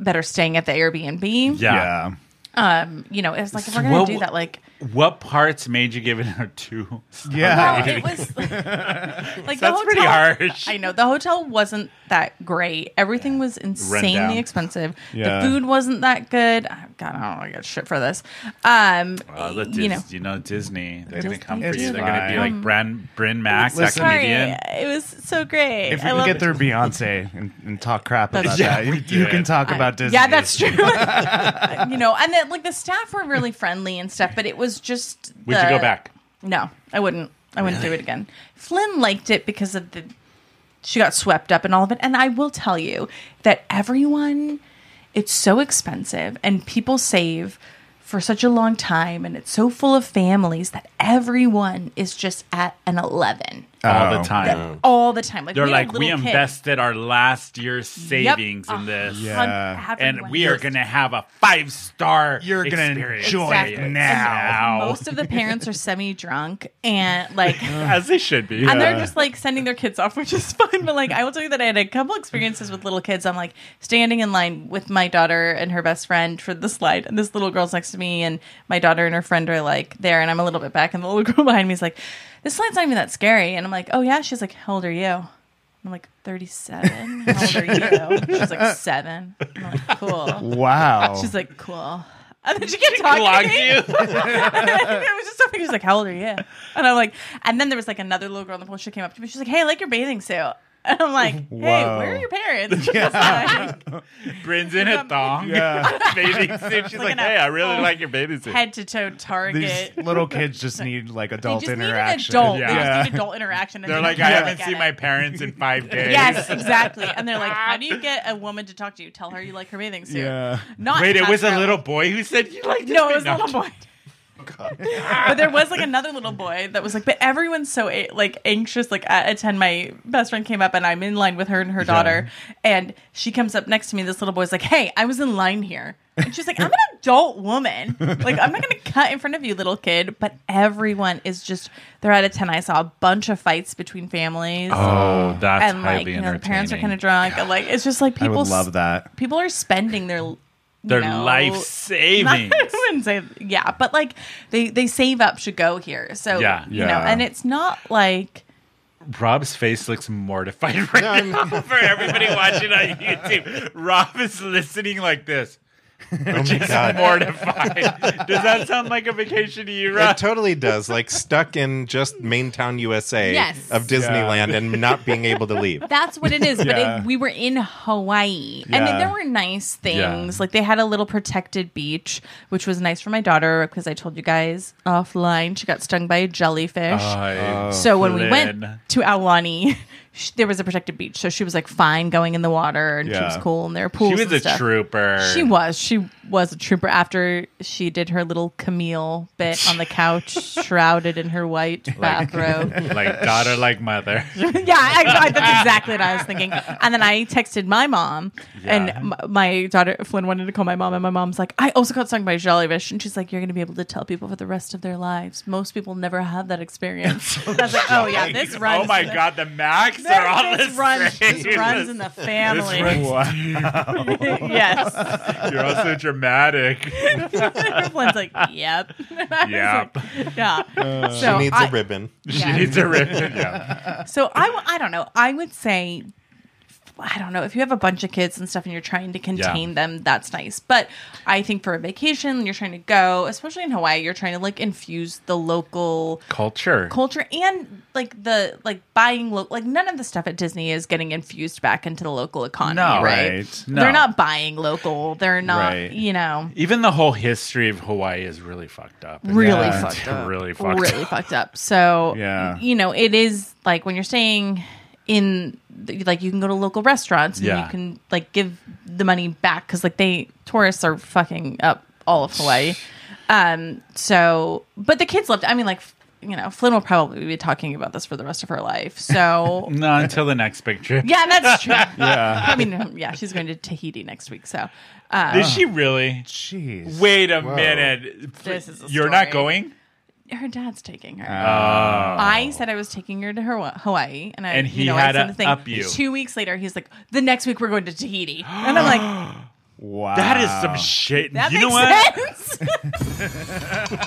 S3: better staying at the Airbnb.
S1: Yeah.
S2: yeah.
S3: Um, you know, it's like if we're gonna
S1: Well,
S3: do that, like
S1: What parts made you give it a two?
S2: Yeah.
S3: Well, it was like the
S1: That's
S3: hotel.
S1: pretty harsh.
S3: I know the hotel wasn't that great. Everything was
S1: Rundown.
S3: insanely expensive.
S2: Yeah.
S3: The food wasn't that good. Oh, God, I don't want to get shit for this. Um,
S1: Oh, the Dis-
S3: you know,
S1: you know Disney. They're going to
S3: Disney
S1: come for
S2: It's
S1: you. They're going to be
S2: fine.
S1: like Bran, Bryn Max, that
S2: Listen-
S3: sorry,
S1: comedian.
S3: it was so great.
S2: If we
S3: I
S2: can
S3: love
S2: get through Beyonce and, and talk crap about
S1: Yeah,
S2: that, you,
S1: we
S2: you
S1: did.
S2: can talk about Disney.
S3: Yeah, that's true. you know, and then like the staff were really friendly and stuff, but it was just.
S1: Would
S3: the-
S1: you go back?
S3: No, I wouldn't. I wouldn't do it again. Flynn liked it because of the she got swept up in all of it. And I will tell you that everyone it's so expensive and people save for such a long time and it's so full of families that everyone is just at an 11
S1: All
S2: Oh.
S1: the time.
S3: all the time. Like
S1: They're
S3: we had a
S1: like, we
S3: little kid.
S1: invested our last year's savings
S3: Yep. Ah.
S1: in this.
S2: Yeah.
S3: Hun-
S2: Yeah.
S1: And
S3: everyone.
S1: we are going to have a five star.
S2: You're gonna enjoy
S3: Exactly.
S2: it now.
S1: Now.
S3: most of the parents are semi drunk and like
S1: As they should be.
S3: and they're just like sending their kids off, which is fun. But like, I will tell you that I had a couple experiences with little kids. I'm like standing in line with my daughter and her best friend for the slide, and this little girl's next to me, and my daughter and her friend are like there, and I'm a little bit back, and the little girl behind me is like, "This slide's not even that scary," and I'm like, "Oh yeah," she's like, "How old are you?" I'm like, 37. How old are you? She's like, seven. I'm like, cool.
S2: Wow.
S3: She's like, cool. And then she kept talking to
S1: Clogged
S3: me.
S1: you.
S3: it was just something. She was like, "How old are you?" And I'm like, and then there was like another little girl on the pool. She came up to me. She's like, "Hey, I like your bathing suit." And I'm like, "Hey,
S2: Wow.
S3: where are your parents?" Like,
S1: Bryn's in a thong.
S2: yeah.
S1: bathing suit. She's like,
S3: an
S1: hey, I really
S3: asshole.
S1: like your bathing suit.
S3: head to toe Target.
S2: These little kids just need like
S3: they
S2: adult
S3: just need an
S2: interaction.
S3: adult.
S1: Yeah.
S3: They
S2: Yeah.
S3: just need adult interaction. And
S1: They're
S3: they
S1: like,
S3: don't
S1: I
S3: really
S1: haven't
S3: get
S1: seen
S3: it."
S1: my parents in five days.
S3: Yes, exactly. And they're like, "How do you get a woman to talk to you? Tell her you like her bathing suit."
S2: Yeah.
S3: Not
S1: Wait, it was a
S3: natural.
S1: little boy who said you like
S3: No, it was a little boy. but there was like another little boy that was like, but everyone's so a- like anxious. Like at, at ten, my best friend came up and I'm in line with her and her daughter, and she comes up next to me. This little boy's like, "Hey, I was in line here," and she's like, "I'm an adult woman. Like I'm not gonna cut in front of you, little kid." But everyone is just they're at a ten. I saw a bunch of fights between families,
S1: Oh, that's
S3: and like you know the parents are kind of drunk, and like it's just like
S2: I
S3: people
S2: would
S3: s-
S2: love that.
S3: People are spending their you
S1: Their
S3: know,
S1: life savings.
S3: I wouldn't say yeah, but like they they save up to go here. So
S1: Yeah.
S3: you know,
S2: Yeah.
S3: and it's not like
S1: Rob's face looks mortified right now for everybody watching on YouTube. Rob is listening like this,
S4: Oh my god.
S1: mortified. Does that sound like a vacation to you, Rob?
S4: It totally does. Like stuck in just Maintown, USA
S3: Yes.
S4: of Disneyland and not being able to leave.
S3: that's what it is. But
S2: Yeah.
S3: it, we were in Hawaii, and
S2: Yeah.
S3: then there were nice
S1: Yeah.
S3: things. Like they had a little protected beach, which was nice for my daughter because I told you guys offline she got stung by a jellyfish. So when we went
S1: Oh, Flynn.
S3: to Aulani, sh there was a protected beach, so she was like fine going in the water, and she
S2: Yeah.
S3: was cool, and there were pools.
S1: she was
S3: and
S1: a
S3: stuff.
S1: trooper.
S3: She was. She was a trooper after she did her little Camille bit on the couch, shrouded in her white bathrobe.
S1: like daughter, like mother.
S3: yeah, I, I, that's exactly what I was thinking. And then I texted my mom, and m- my daughter Flynn wanted to call my mom, and my mom's like, "I also got stung by a jellyfish," and she's like, "You're going to be able to tell people for the rest of their lives. Most people never have that experience." I was like, "Oh yeah, this runs.
S1: oh my
S3: in the-
S1: god, the Macs are all
S3: This
S1: the
S3: runs,
S1: same.
S3: this runs in the family. yes.
S1: You're also dramatic.
S3: Everyone's like, yep.
S1: Yep.
S3: yeah. so
S4: Needs
S3: I,
S4: a ribbon.
S1: She
S3: Yeah.
S1: needs a rip. Yeah.
S3: So I, w- I don't know. I would say, I don't know. If you have a bunch of kids and stuff and you're trying to contain them, that's nice. But I think for a vacation, you're trying to go, especially in Hawaii, you're trying to like infuse the local
S1: Culture.
S3: culture and like the like buying lo- like none of the stuff at Disney is getting infused back into the local economy,
S1: No.
S3: right?
S2: Right.
S1: No.
S3: They're not buying local. They're not,
S2: Right.
S3: you know.
S1: Even the whole history of Hawaii is really fucked up.
S3: really
S2: Yeah.
S3: fucked up.
S1: Really fucked
S3: Really fucked up. So
S2: Yeah.
S3: you know, it is like when you're staying in, the- like you can go to local restaurants and
S1: Yeah.
S3: you can like give the money back because like they tourists are fucking up all of Hawaii. Um. So, but the kids loved. It. I mean, like you know, Flynn will probably be talking about this for the rest of her life. So.
S1: No, until the next big trip.
S3: Yeah, that's true.
S2: Yeah.
S3: I mean, yeah, she's going to Tahiti next week, so uh,
S1: Did she really?
S2: Jeez.
S1: Wait a minute.
S3: This is a
S1: You're not
S3: story.
S1: going?
S3: her dad's taking her. I said I was taking her to her Hawaii, and I
S1: Oh. And
S3: you
S1: he
S3: know,
S1: had a
S3: I sent the thing.
S1: up you.
S3: Two weeks later, he's like, "The next week we're going to Tahiti," and I'm like,
S2: Wow.
S1: That is some shit.
S3: Ah. "That
S1: you know
S3: makes
S1: what?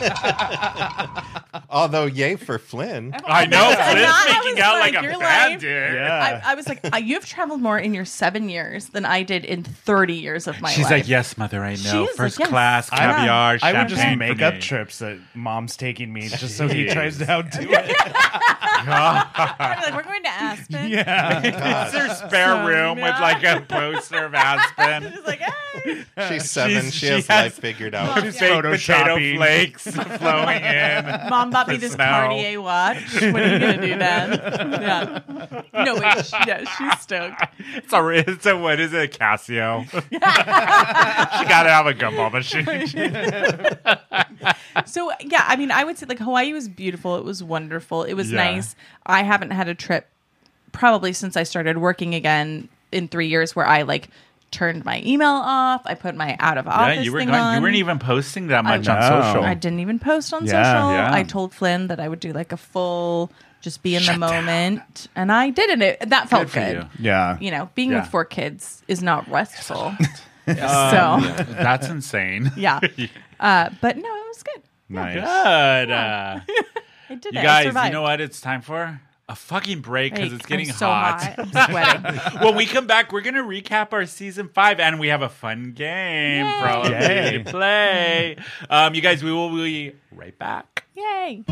S3: sense."
S4: Although, yay for Flynn.
S1: I know.
S3: Because
S1: Flynn's
S3: I was
S1: making out like, a
S3: like, your
S1: bad
S3: life-
S1: dude.
S2: Yeah.
S3: I, I was like, "Uh, "You've traveled more in your seven years than I did in thirty years of my
S1: She's
S3: life."
S1: like, yes, mother, I
S3: She
S1: know.
S3: is like,
S1: First
S3: yes.
S1: class,
S3: I-
S1: caviar,
S2: I would just
S1: champagne
S2: make
S1: for
S2: up
S1: me.
S2: trips that mom's taking me just so he
S1: Jeez.
S2: tries to outdo it.
S3: I'm like, "We're going to Aspen."
S2: yeah.
S1: It's her spare
S3: So
S1: room with
S3: not-
S1: like a poster of Aspen.
S3: She's like, "Hey."
S4: She's seven.
S1: She's-
S4: she
S1: she
S4: has
S1: has-
S4: life figured out.
S1: Fake
S3: She's
S1: potato
S2: photoshopping.
S1: flakes flowing in.
S3: Mom bought me this
S1: Snow.
S3: Cartier watch. What are you gonna do then? Yeah. No wait, she, yeah, she's stoked.
S1: It's a, it's a what is it? A Casio. she gotta have a gumball machine.
S3: So yeah, I mean, I would say like Hawaii was beautiful. It was wonderful. It was
S1: Yeah.
S3: nice. I haven't had a trip probably since I started working again in three years where I like turned my email off. I put my out of office.
S1: yeah, you were
S3: thing
S1: gone.
S3: on.
S1: You weren't even posting that much on
S2: know.
S1: social.
S3: I didn't even post on
S2: Yeah,
S3: social.
S1: yeah.
S3: I told Flynn that I would do like a full, just be in the moment, and I did it. it that felt
S1: Good for
S3: good.
S1: you.
S2: Yeah.
S3: you know, being
S1: Yeah.
S3: with four kids is not restful.
S1: Um,
S3: so,
S1: that's insane.
S3: yeah. Uh, but no, it was good.
S2: Nice.
S1: Good. Uh,
S3: I did
S1: you
S3: it. I
S1: guys,
S3: survived.
S1: you know what it's time for? A fucking break because
S3: Like,
S1: it's getting
S3: I'm so hot. I'm sweating.
S1: when we come back, we're gonna recap our season five, and we have a fun game
S3: Yay.
S1: probably
S2: Yay.
S1: to play. Um, you guys, we will be right back.
S3: Yay.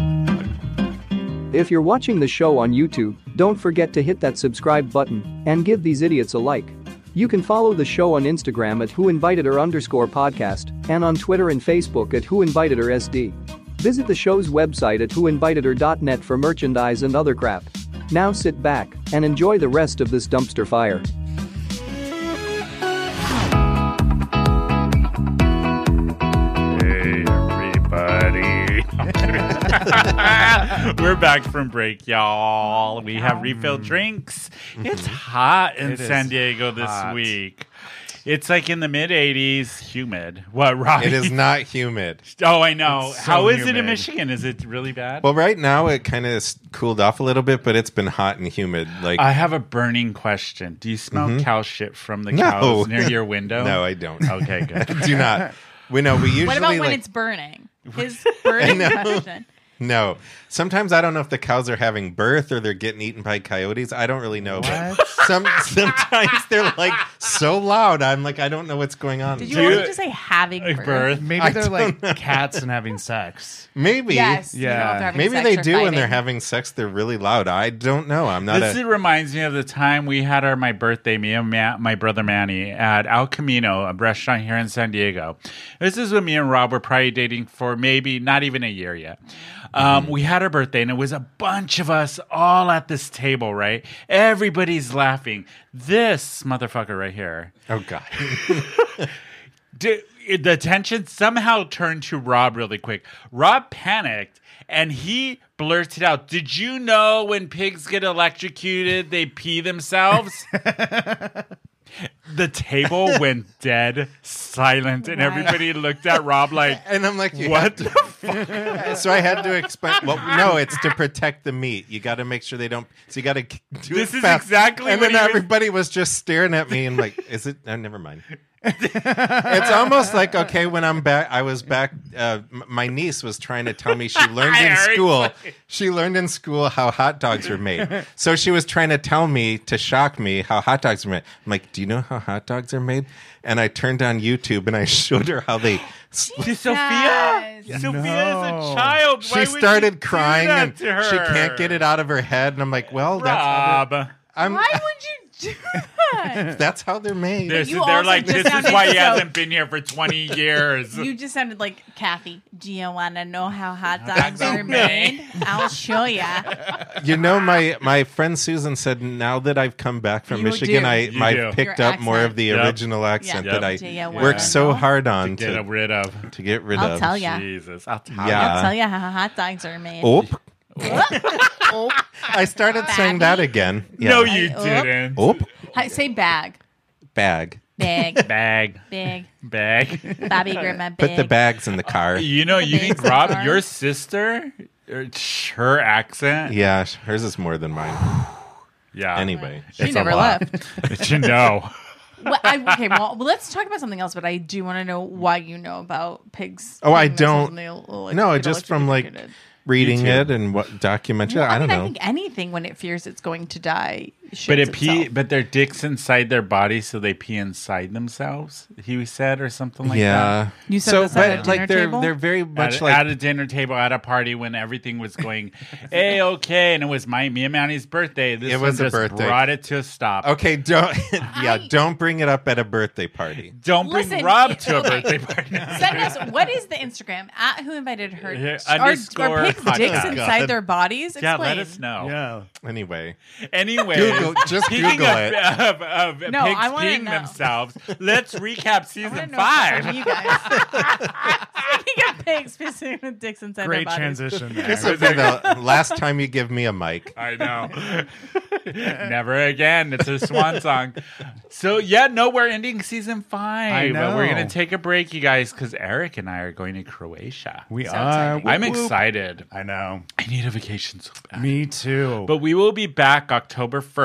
S5: If you're watching the show on YouTube, don't forget to hit that subscribe button and give these idiots a like. You can follow the show on Instagram at who invited her underscore podcast and on Twitter and Facebook at who invited her SD. Visit the show's website at whoinvitedher.net for merchandise and other crap. Now sit back and enjoy the rest of this dumpster fire.
S1: Hey, everybody. We're back from break, y'all. We have refilled drinks. It's hot in
S2: Mm. It is
S1: San Diego this
S2: hot.
S1: week. It's like in the mid 80s, humid. What, Robbie?
S4: It is not humid.
S1: Oh, I know.
S2: It's so
S1: How is it in
S2: humid.
S1: Michigan? Is it really bad?
S4: Well, right now it kind of cooled off a little bit, but it's been hot and humid. Like,
S1: I have a burning question. Do you smell cow shit from the
S4: Mm-hmm. No.
S1: cows near your window?
S4: no, I don't.
S1: Okay, good.
S4: Do not. We know we usually
S3: What about when
S4: like,
S3: it's burning? Is burning question.
S4: no. Sometimes I don't know if the cows are having birth or they're getting eaten by coyotes. I don't really know. but Some sometimes they're like so loud. I'm like I don't know what's going on.
S3: Did you
S1: Do
S3: want
S1: you-
S3: to just say having birth?
S1: Birth.
S2: Maybe they're like cats and having sex.
S4: Maybe
S3: Yes. you know, if
S2: Yeah.
S3: they're having
S4: maybe
S3: sex
S4: they
S3: or
S4: do when they're
S3: fighting.
S4: having sex. They're really loud. I don't know. I'm not.
S1: This
S4: A,
S1: reminds me of the time we had our my birthday, me and Ma- my brother Manny at Al Camino, a restaurant here in San Diego. This is when me and Rob were probably dating for maybe not even a year yet. Um, We had our birthday, and it was a bunch of us all at this table, right? Everybody's laughing. This motherfucker right here.
S4: oh god.
S1: D the tension somehow turned to Rob really quick. Rob panicked and he blurted out, "Did you know when pigs get electrocuted, they pee themselves?" the table went dead silent, and
S3: Right.
S1: everybody looked at Rob like,
S4: And I'm like, you
S1: "What?" the f-"
S4: So I had to explain. Well, no, it's to protect the meat. You got to make sure they don't. So you got to do it
S1: This is
S4: fast.
S1: exactly
S4: And
S1: what
S4: then
S1: he was-
S4: everybody was just staring at me and like, "Is it? Oh, never mind." it's almost like okay, when I'm back, I was back. Uh, m- my niece was trying to tell me she learned in
S1: Eric,
S4: school.
S1: like-
S4: She learned in school how hot dogs were made. So she was trying to tell me to shock me how hot dogs are made. I'm like, "Do you know how hot dogs are made?" And I turned on YouTube and I showed her how they.
S1: Sophia, Sophia is
S3: Yes.
S2: No.
S1: a child. Why
S4: She
S1: would you
S4: started
S1: do
S4: crying
S1: that
S4: and she
S1: to her?
S4: can't get it out of her head. And I'm like, well, that's how
S1: Rob.
S4: they're, I'm,
S3: Why would you do that?
S4: that's how they're made.
S1: This
S3: you
S1: is- they're
S3: also
S1: like,
S3: just
S1: this is
S3: sounded
S1: why he
S3: so-
S1: hasn't been here for 20 years.
S3: You just sounded like Kathy. Do you want to know how hot dogs are made? I'll show ya.
S4: you know, my my friend Susan said, now that I've come back from
S3: You
S4: Michigan,
S3: do.
S4: I
S1: You
S4: I've
S1: do.
S4: picked
S3: Your
S4: up more of
S3: accent.
S4: the
S1: Yep.
S4: original accent
S3: Yeah.
S4: that I
S3: Do you wanna
S4: worked so
S3: know?
S4: hard on to,
S1: Get rid of.
S4: to get rid
S3: I'll
S4: of.
S3: tell ya.
S1: Jesus, I'll tell
S4: Yeah. Oh.
S3: I'll tell you how hot dogs are made.
S4: Oop. I started saying that
S3: Baggy.
S4: again.
S1: No,
S4: Yeah.
S1: you
S3: Oop.
S1: didn't.
S4: Oop.
S3: Hi- Say bag.
S4: Bag.
S3: Big,
S1: Bag.
S3: big.
S1: Bag.
S3: Bobby Grandma big.
S4: Put the bags in the car.
S1: You know, you think
S3: Amazing
S1: Rob,
S3: car.
S1: your sister, er, sh- her accent.
S4: Yeah, hers is more than mine.
S1: Yeah.
S4: Anyway,
S3: She
S4: it's a
S3: never
S4: lot.
S3: left.
S1: But you know.
S3: well, I, okay, well, let's talk about something else. But I do want to know why you know about pigs.
S4: Oh, I
S3: being themselves
S4: don't-
S3: and they will, like,
S4: no,
S3: get
S4: just from like
S3: electrocuted.
S4: reading it and what documentary. I don't
S3: mean,
S4: know.
S3: I think anything when it fears it's going to die.
S1: But
S3: shits
S1: it pee,
S3: itself.
S1: but their dicks inside their body, so they pee inside themselves. He said, or something like
S4: yeah.
S1: that.
S3: You said this at a
S4: but like
S3: dinner
S4: they're
S3: table?
S4: they're very much
S1: at,
S4: like
S1: at a dinner table, at a party, when everything was going a okay, and it was my me and Manny's birthday. This
S4: It
S1: one
S4: was a
S1: just
S4: birthday.
S1: brought it to a stop.
S4: okay. Don't yeah.
S3: I-
S4: Don't bring it up at a birthday party.
S1: Don't bring
S3: Listen,
S1: Rob
S3: it-
S1: to a
S3: okay.
S1: birthday party.
S3: Send us what is the Instagram at who invited her?
S1: Yeah,
S3: Are,
S1: underscore
S3: are pigs' dicks
S1: podcast.
S4: God.
S3: inside their bodies? Explain.
S1: yeah, let us know.
S2: Yeah.
S4: Anyway,
S1: Anyway,
S4: Google- just
S1: speaking
S4: Google
S1: of,
S4: it.
S1: of, of
S3: No,
S1: pigs
S3: I wanna
S1: peeing
S3: know.
S1: themselves, let's recap
S3: I wanna
S1: season
S3: know if it's
S1: five.
S3: from You guys. Speaking of pigs pissing with dicks inside
S2: Great
S3: their bodies.
S2: transition. there.
S4: this will be the last time you give me a mic.
S1: I know. Never again. It's a swan song. So yeah, no, we're ending season five.
S2: I
S1: But we're
S2: know.
S1: gonna take a break, you guys, because Eric and I are going to Croatia.
S2: We
S3: So
S2: are.
S3: exciting.
S1: I'm
S2: Whoop, whoop.
S1: excited.
S2: I know.
S1: I need a vacation so bad.
S2: Me too.
S1: But we will be back October 1st.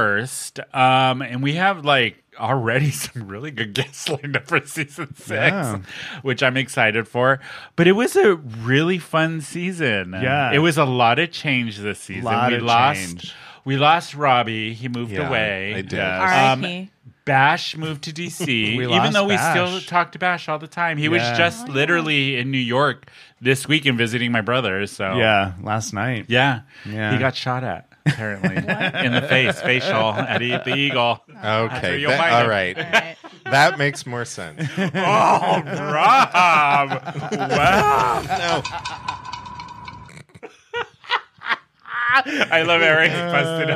S1: Um, and we have like already some really good guests lined up for season six,
S2: Yeah.
S1: which I'm excited for. But it was a really fun season.
S2: Yeah.
S1: It was a lot of change this season.
S2: Lot
S1: we
S2: of
S1: lost
S2: change.
S1: we lost Robbie. He moved
S4: Yeah,
S1: away. Um,
S4: I did.
S3: R.I.P.
S1: Bash moved to DC.
S2: We
S1: Even
S2: lost
S1: though we
S2: Bash.
S1: still talk to Bash all the time. He
S2: Yeah.
S1: was just literally in New York this week and visiting my brother. So
S2: yeah, Oh. last night.
S1: yeah.
S2: Yeah.
S1: He got shot at, apparently, in the face, facial at E- the Eagle. where
S4: Okay.
S1: you'll
S4: that-
S1: find
S4: all
S1: it.
S3: All
S4: right.
S3: right.
S4: That makes more sense.
S1: Oh, Rob. Wow.
S4: No.
S1: I love Eric busted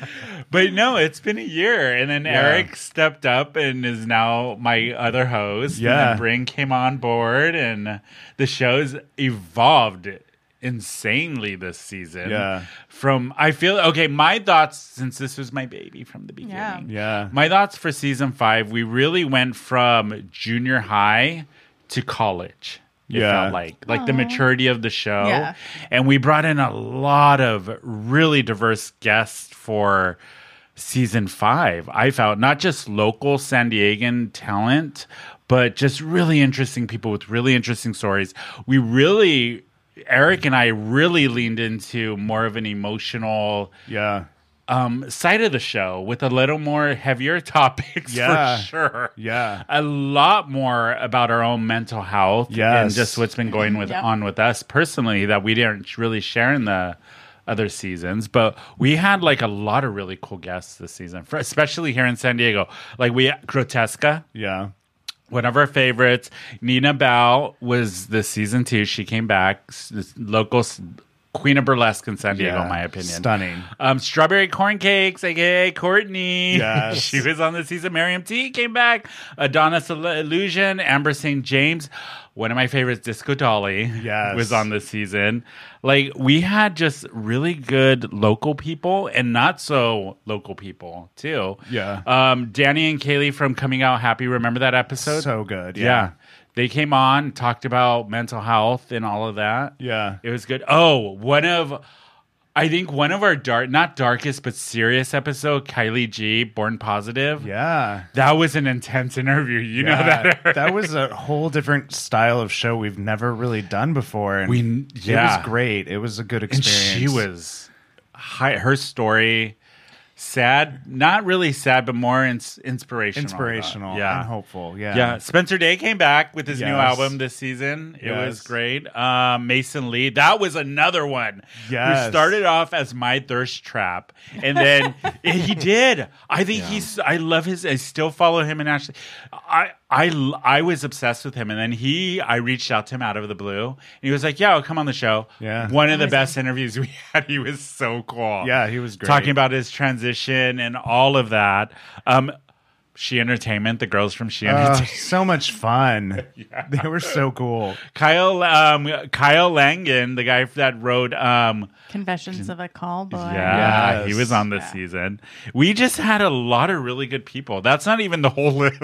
S1: up. But no, it's been a year. And then Eric stepped up and is now my other host. And
S2: Yeah.
S1: then Bryn came on board, and the show's evolved insanely this season.
S2: Yeah.
S1: From, I feel, okay, my thoughts, since this was my baby from the beginning.
S3: Yeah.
S2: Yeah.
S1: My thoughts for season five, we really went from junior high to college. It
S2: Yeah.
S1: felt like like the maturity of the show,
S3: Yeah.
S1: and we brought in a lot of really diverse guests for season five. I felt not just local San Diegan talent, but just really interesting people with really interesting stories. We really. Eric and I really leaned into more of an emotional,
S2: yeah.
S1: um, side of the show with a little more heavier topics
S2: Yeah.
S1: for sure.
S2: Yeah.
S1: A lot more about our own mental health and
S2: Yes.
S1: just what's been going with
S3: Yep.
S1: on with us personally that we didn't really share in the other seasons. But we had like a lot of really cool guests this season, for, especially here in San Diego. Like we Grotesca,
S2: Yeah.
S1: one of our favorites, Nina Bao was this season two. She came back, s- this local s- queen of burlesque in San Diego,
S2: Yeah.
S1: in my opinion.
S2: Stunning.
S1: Um, strawberry corn cakes, aka Courtney.
S2: Yes.
S1: she was on the season. Miriam T came back. Adonis Ill- Illusion, Amber St. James. One of my favorites, Disco Dolly,
S2: Yes.
S1: was on this season. Like we had just really good local people and not so local people too.
S2: Yeah.
S1: Um, Danny and Kaylee from Coming Out Happy. Remember that episode?
S2: So good.
S1: yeah.
S2: Yeah.
S1: They came on, talked about mental health and all of that.
S2: Yeah.
S1: It was good. Oh, one of I think one of our dark not darkest but serious episode, Kylie G, Born Positive.
S2: Yeah.
S1: That was an intense interview. You know
S2: Yeah.
S1: that. Eric?
S2: that was a whole different style of show we've never really done before. And
S1: We-
S2: it
S1: yeah.
S2: was great. It was a good
S1: and
S2: experience.
S1: she was high, her story sad, not really sad but more ins- inspirational.
S2: inspirational
S1: Yeah.
S2: and hopeful. Yeah.
S1: Yeah, Spencer Day came back with his new
S2: Yes.
S1: album this season. It was
S2: Yes.
S1: great. Um, Mason Lee, that was another one. Who
S2: Yes.
S1: started off as my thirst trap, and then he did. I think he's. I love his. I still follow him and Ashley. I I l- I was obsessed with him, and then he. I reached out to him out of the blue, and he was like, "Yeah, I'll come on the show."
S2: Yeah.
S1: One of the best interviews we had. He was so cool.
S2: Yeah, he was great.
S1: Talking about his transition and all of that. Um, She Entertainment, the girls from She
S2: Uh,
S1: Entertainment.
S2: so much fun. They were so cool.
S1: Kyle um, Kyle Langan, the guy that wrote um,
S3: Confessions of a Call Boy.
S1: Yeah,
S2: Oh, Yes.
S1: he was on this season. We just had a lot of really good people. That's not even the whole list.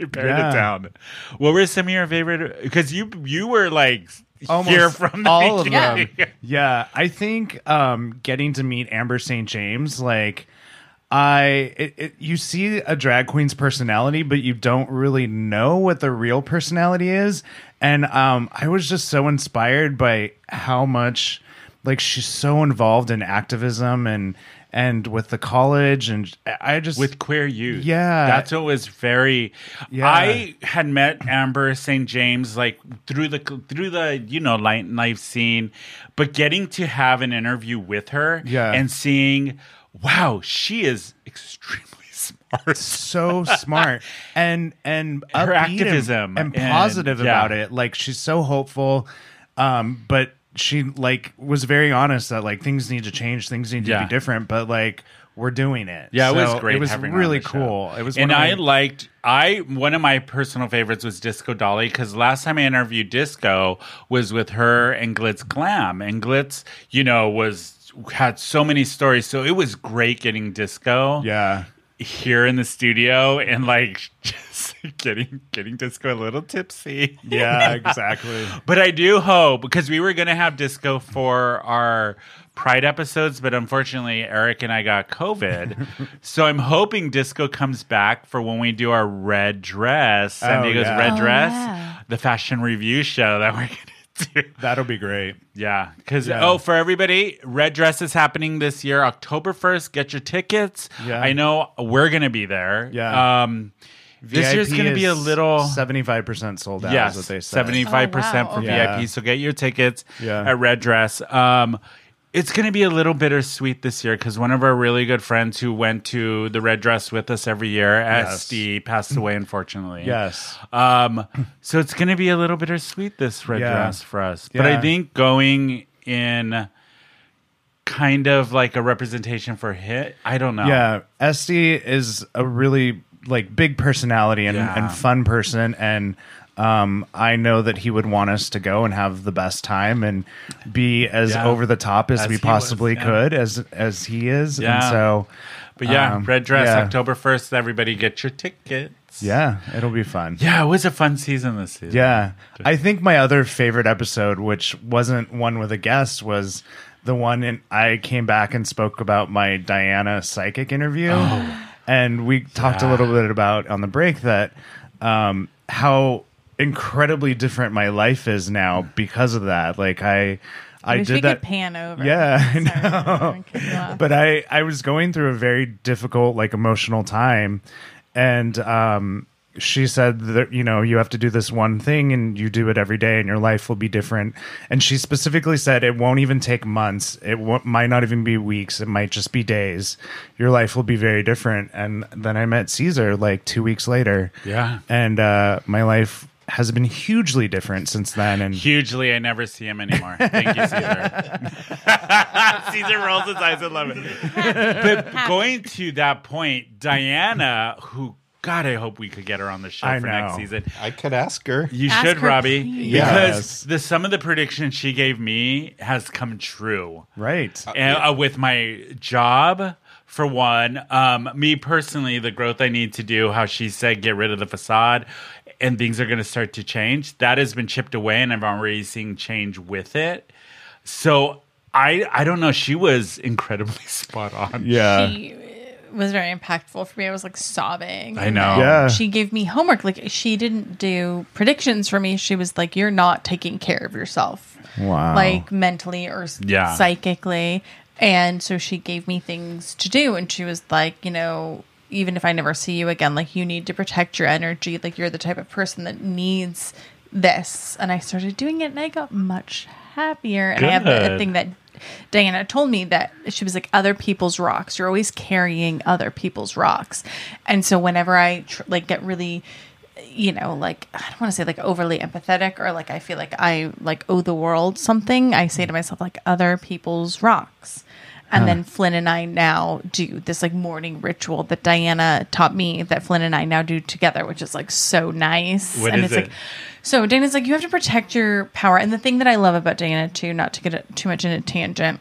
S1: I pared
S2: Yeah.
S1: it down. What were some of your favorite? Because you you were like
S2: Almost
S1: here from the
S2: all of them.
S1: beginning.
S2: Yeah, I think um, getting to meet Amber St. James, like I, it, it, you see a drag queen's personality, but you don't really know what the real personality is. And um, I was just so inspired by how much, like, she's so involved in activism and and with the college, and I I just
S1: with queer youth.
S2: Yeah.
S1: that's what was very.
S2: Yeah.
S1: I had met Amber St. James like through the through the you know light life scene, but getting to have an interview with her,
S2: Yeah.
S1: and seeing, wow, she is extremely smart.
S2: so smart and and
S1: Her
S2: upbeat and-
S1: activism
S2: and,
S1: and-
S2: positive
S1: yeah.
S2: about it like she's so hopeful um but she like was very honest that like things need to change things need to
S1: Yeah.
S2: be different but like we're doing it
S1: Yeah, it
S2: So
S1: was great.
S2: it was
S1: having her on
S2: really
S1: the show.
S2: cool it was
S1: and
S2: one of
S1: I
S2: my-
S1: liked. I one of my personal favorites was Disco Dolly because last time I interviewed Disco was with her and Glitz Glam, and Glitz, you know, was had so many stories. So it was great getting Disco
S2: yeah
S1: here in the studio and like just getting getting Disco a little tipsy.
S2: yeah exactly
S1: But I do hope because we were going to have disco for our Pride episodes, but unfortunately, Eric and I got COVID. so I'm hoping disco comes back for when we do our red dress, San
S2: Oh,
S1: Diego's
S2: yeah.
S1: red
S3: Oh,
S1: dress,
S3: yeah.
S1: the fashion review show that we're going to do.
S2: that'll be great
S1: Yeah, because
S2: Yeah.
S1: oh, for everybody, Red Dress is happening this year, October first. Get your tickets.
S2: Yeah.
S1: I know we're gonna be there.
S2: Yeah.
S1: um, this year's gonna be a little
S2: 75% sold out
S1: Yes,
S2: is what they said
S1: seventy-five
S3: Oh,
S1: percent
S3: wow,
S1: for
S3: okay.
S1: VIP. So get your tickets
S2: Yeah.
S1: at Red Dress. Um, it's going to be a little bittersweet this year because one of our really good friends who went to the Red Dress with us every year,
S2: Yes.
S1: SD, passed away unfortunately.
S2: yes
S1: Um, so it's going to be a little bittersweet this Red
S2: Yeah.
S1: Dress for us. But I
S2: Yeah.
S1: think going in kind of like a representation for hit. I don't know.
S2: Yeah, Esty is a really like big personality and,
S1: Yeah.
S2: and fun person, and um, I know that he would want us to go and have the best time and be as
S1: Yeah.
S2: over the top as,
S1: As
S2: we
S1: he was,
S2: possibly
S1: yeah.
S2: could, as as he is,
S1: Yeah.
S2: and so
S1: But yeah,
S2: um,
S1: Red Dress,
S2: yeah.
S1: October 1st. Everybody get your tickets.
S2: yeah, it'll be fun.
S1: Yeah, it was a fun season this season.
S2: Yeah. I think my other favorite episode, which wasn't one with a guest, was the one in I came back and spoke about my Diana psychic interview. And we talked a little bit about on the break that um, how incredibly different my life is now because of that. Like I I,
S3: I, wish
S2: did
S3: we
S2: that
S3: could pan over.
S2: Yeah, I
S3: Sorry, know.
S2: but I I was going through a very difficult like emotional time, and um, she said that you know you have to do this one thing and you do it every day and your life will be different. And she specifically said it won't even take months. It w- might not even be weeks. It might just be days. Your life will be very different. And then I met Caesar like two weeks later.
S1: Yeah.
S2: and uh, my life has been hugely different since then. And
S1: Hugely, I never see him anymore. Thank you, Caesar. Caesar rolls his eyes. I love it. But going to that point, Diana, who God, I hope we could get her on the show
S2: I
S1: for
S2: know.
S1: next season.
S4: I could ask her.
S1: You
S3: Ask
S1: should,
S3: her,
S1: Robbie,
S3: please.
S2: Yes.
S1: because the some of the predictions she gave me has come true.
S2: right,
S1: And, uh, with my job for one um me personally the growth i need to do how she said get rid of the facade and things are going to start to change that has been chipped away and i've already seen change with it so i i don't know she was incredibly spot on
S2: yeah,
S3: She was very impactful for me. I was like sobbing.
S1: I
S3: And
S1: know.
S3: then
S2: Yeah.
S3: She gave me homework. Like she didn't do predictions for me. She was like, "You're not taking care of yourself,
S2: wow,
S3: like mentally or s-
S1: Yeah.
S3: psychically." And so she gave me things to do, and she was like, "You know." Even if I never see you again, like you need to protect your energy. Like you're the type of person that needs this. And I started doing it and I got much happier. And I have a,
S1: Good.
S3: a thing that Diana told me that she was like other people's rocks. You're always carrying other people's rocks, and so whenever I tr- like get really, you know, like I don't want to say like overly empathetic or like I feel like I like owe the world something, I say to myself like other people's rocks. And then Flynn and I now do this like morning ritual that Diana taught me that Flynn and I now do together, which is like so nice.
S1: What
S3: and
S1: is
S3: it's
S1: it?
S3: like so Dana's like you have to protect your power. And the thing that I love about Dana too, not to get it too much in a tangent,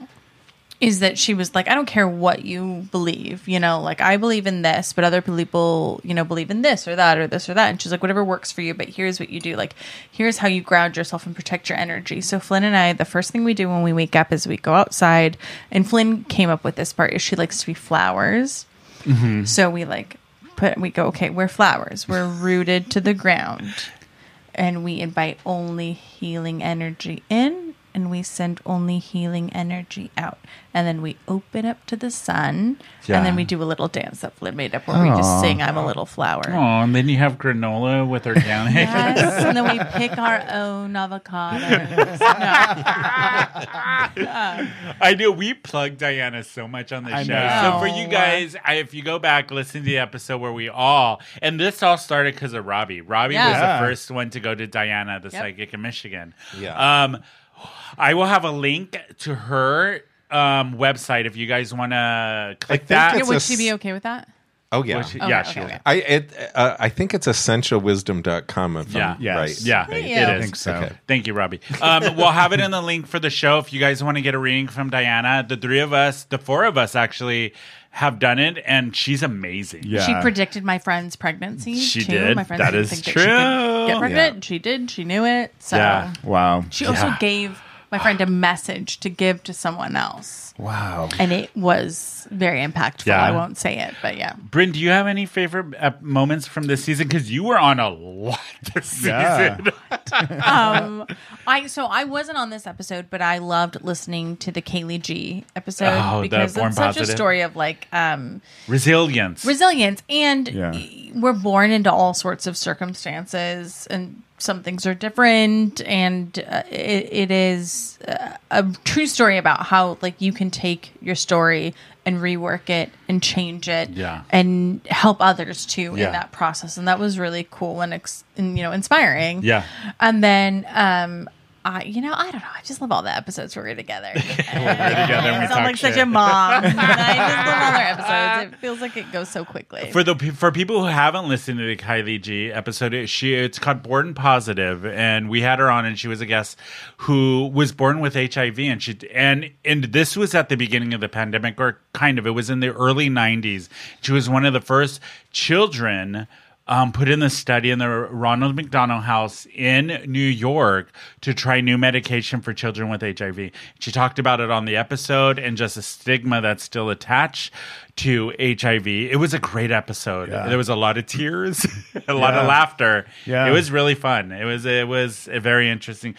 S3: is that she was like, I don't care what you believe, you know, like I believe in this, but other people, you know, believe in this or that or this or that. And she's like, whatever works for you, but here's what you do. Like, here's how you ground yourself and protect your energy. So Flynn and I, the first thing we do when we wake up is we go outside, and Flynn came up with this part is she likes to be flowers. So we like put we go, okay, we're flowers. We're rooted to the ground. And we invite only healing energy in and we send only healing energy out. And then we open up to the sun. And then
S1: Yeah.
S3: we do a little dance that Flynn made up where we just sing I'm a little flower.
S1: Oh, and then you have granola with organic.
S3: Yes, and then we pick our own avocados. No.
S1: I know we plug Diana so much on the show.
S3: know.
S1: So for you guys, I, if you go back, listen to the episode where we all and this all started because of Robbie. Robbie was
S3: Yeah.
S1: the first one to go to Diana, the
S3: Yep.
S1: psychic in Michigan.
S4: Yeah.
S1: Um, I will have a link to her um website if you guys want to click
S4: think
S1: that.
S4: it's-
S3: Would
S4: a
S3: she be okay with that?
S4: Oh yeah.
S1: Well, she- yeah,
S3: okay,
S1: she
S3: okay.
S4: I it, uh, I think it's essentialwisdom.com if
S1: Yeah.
S4: I'm
S1: Yes.
S4: right.
S1: Yeah,
S3: Thank you.
S1: it
S3: I
S1: is.
S2: think so. Okay.
S1: Thank you, Robbie. Um, we'll have it in the link for the show if you guys want to get a reading from Diana. The three of us, the four of us actually have done it, and she's amazing.
S2: Yeah.
S3: She predicted my friend's pregnancy.
S1: She
S3: too.
S1: did.
S3: My friend
S1: That
S3: didn't
S1: is
S3: think
S1: true.
S3: That she could get pregnant.
S4: Yeah.
S3: She did. She knew it. So
S1: Yeah.
S2: Wow.
S3: she also
S1: Yeah.
S3: gave my friend a message to give to someone else,
S2: Wow.
S3: and it was very impactful.
S1: Yeah.
S3: I won't say it, but yeah.
S1: Bryn, do you have any favorite uh, moments from this season? Because you were on a lot this
S2: Yeah.
S1: season.
S3: um, I so I wasn't on this episode, but I loved listening to the Kaylee G episode
S1: Oh, the
S3: because
S1: Born
S3: it's such a
S1: Positive.
S3: story of like um,
S1: Resilience.
S3: resilience, and
S2: Yeah.
S3: we're born into all sorts of circumstances, and some things are different, and uh, it, it is uh, a true story about how like you can take your story and rework it and change it,
S1: Yeah.
S3: and help others too
S1: Yeah.
S3: in that process, and that was really cool and, ex- and you know inspiring,
S1: yeah.
S3: and then, um, I, you know, I don't know. I just love all the episodes where we're together.
S1: together and we
S3: I
S1: talk
S3: sound like such
S1: shit.
S3: a mom. I just love all their episodes. It feels like it goes so quickly.
S1: For the pe- for people who haven't listened to the Kylie G episode, it- she it's called Born and Positive, and we had her on, and she was a guest who was born with HIV, and she and and this was at the beginning of the pandemic, or kind of it was in the early '90s. She was one of the first children. Um, put in the study in the Ronald McDonald House in New York to try new medication for children with HIV. She talked about it on the episode and just the stigma that's still attached to HIV. It was a great episode.
S2: Yeah.
S1: There was a lot of tears, a lot
S2: Yeah.
S1: of laughter.
S2: Yeah.
S1: It was really fun. It was it was a very interesting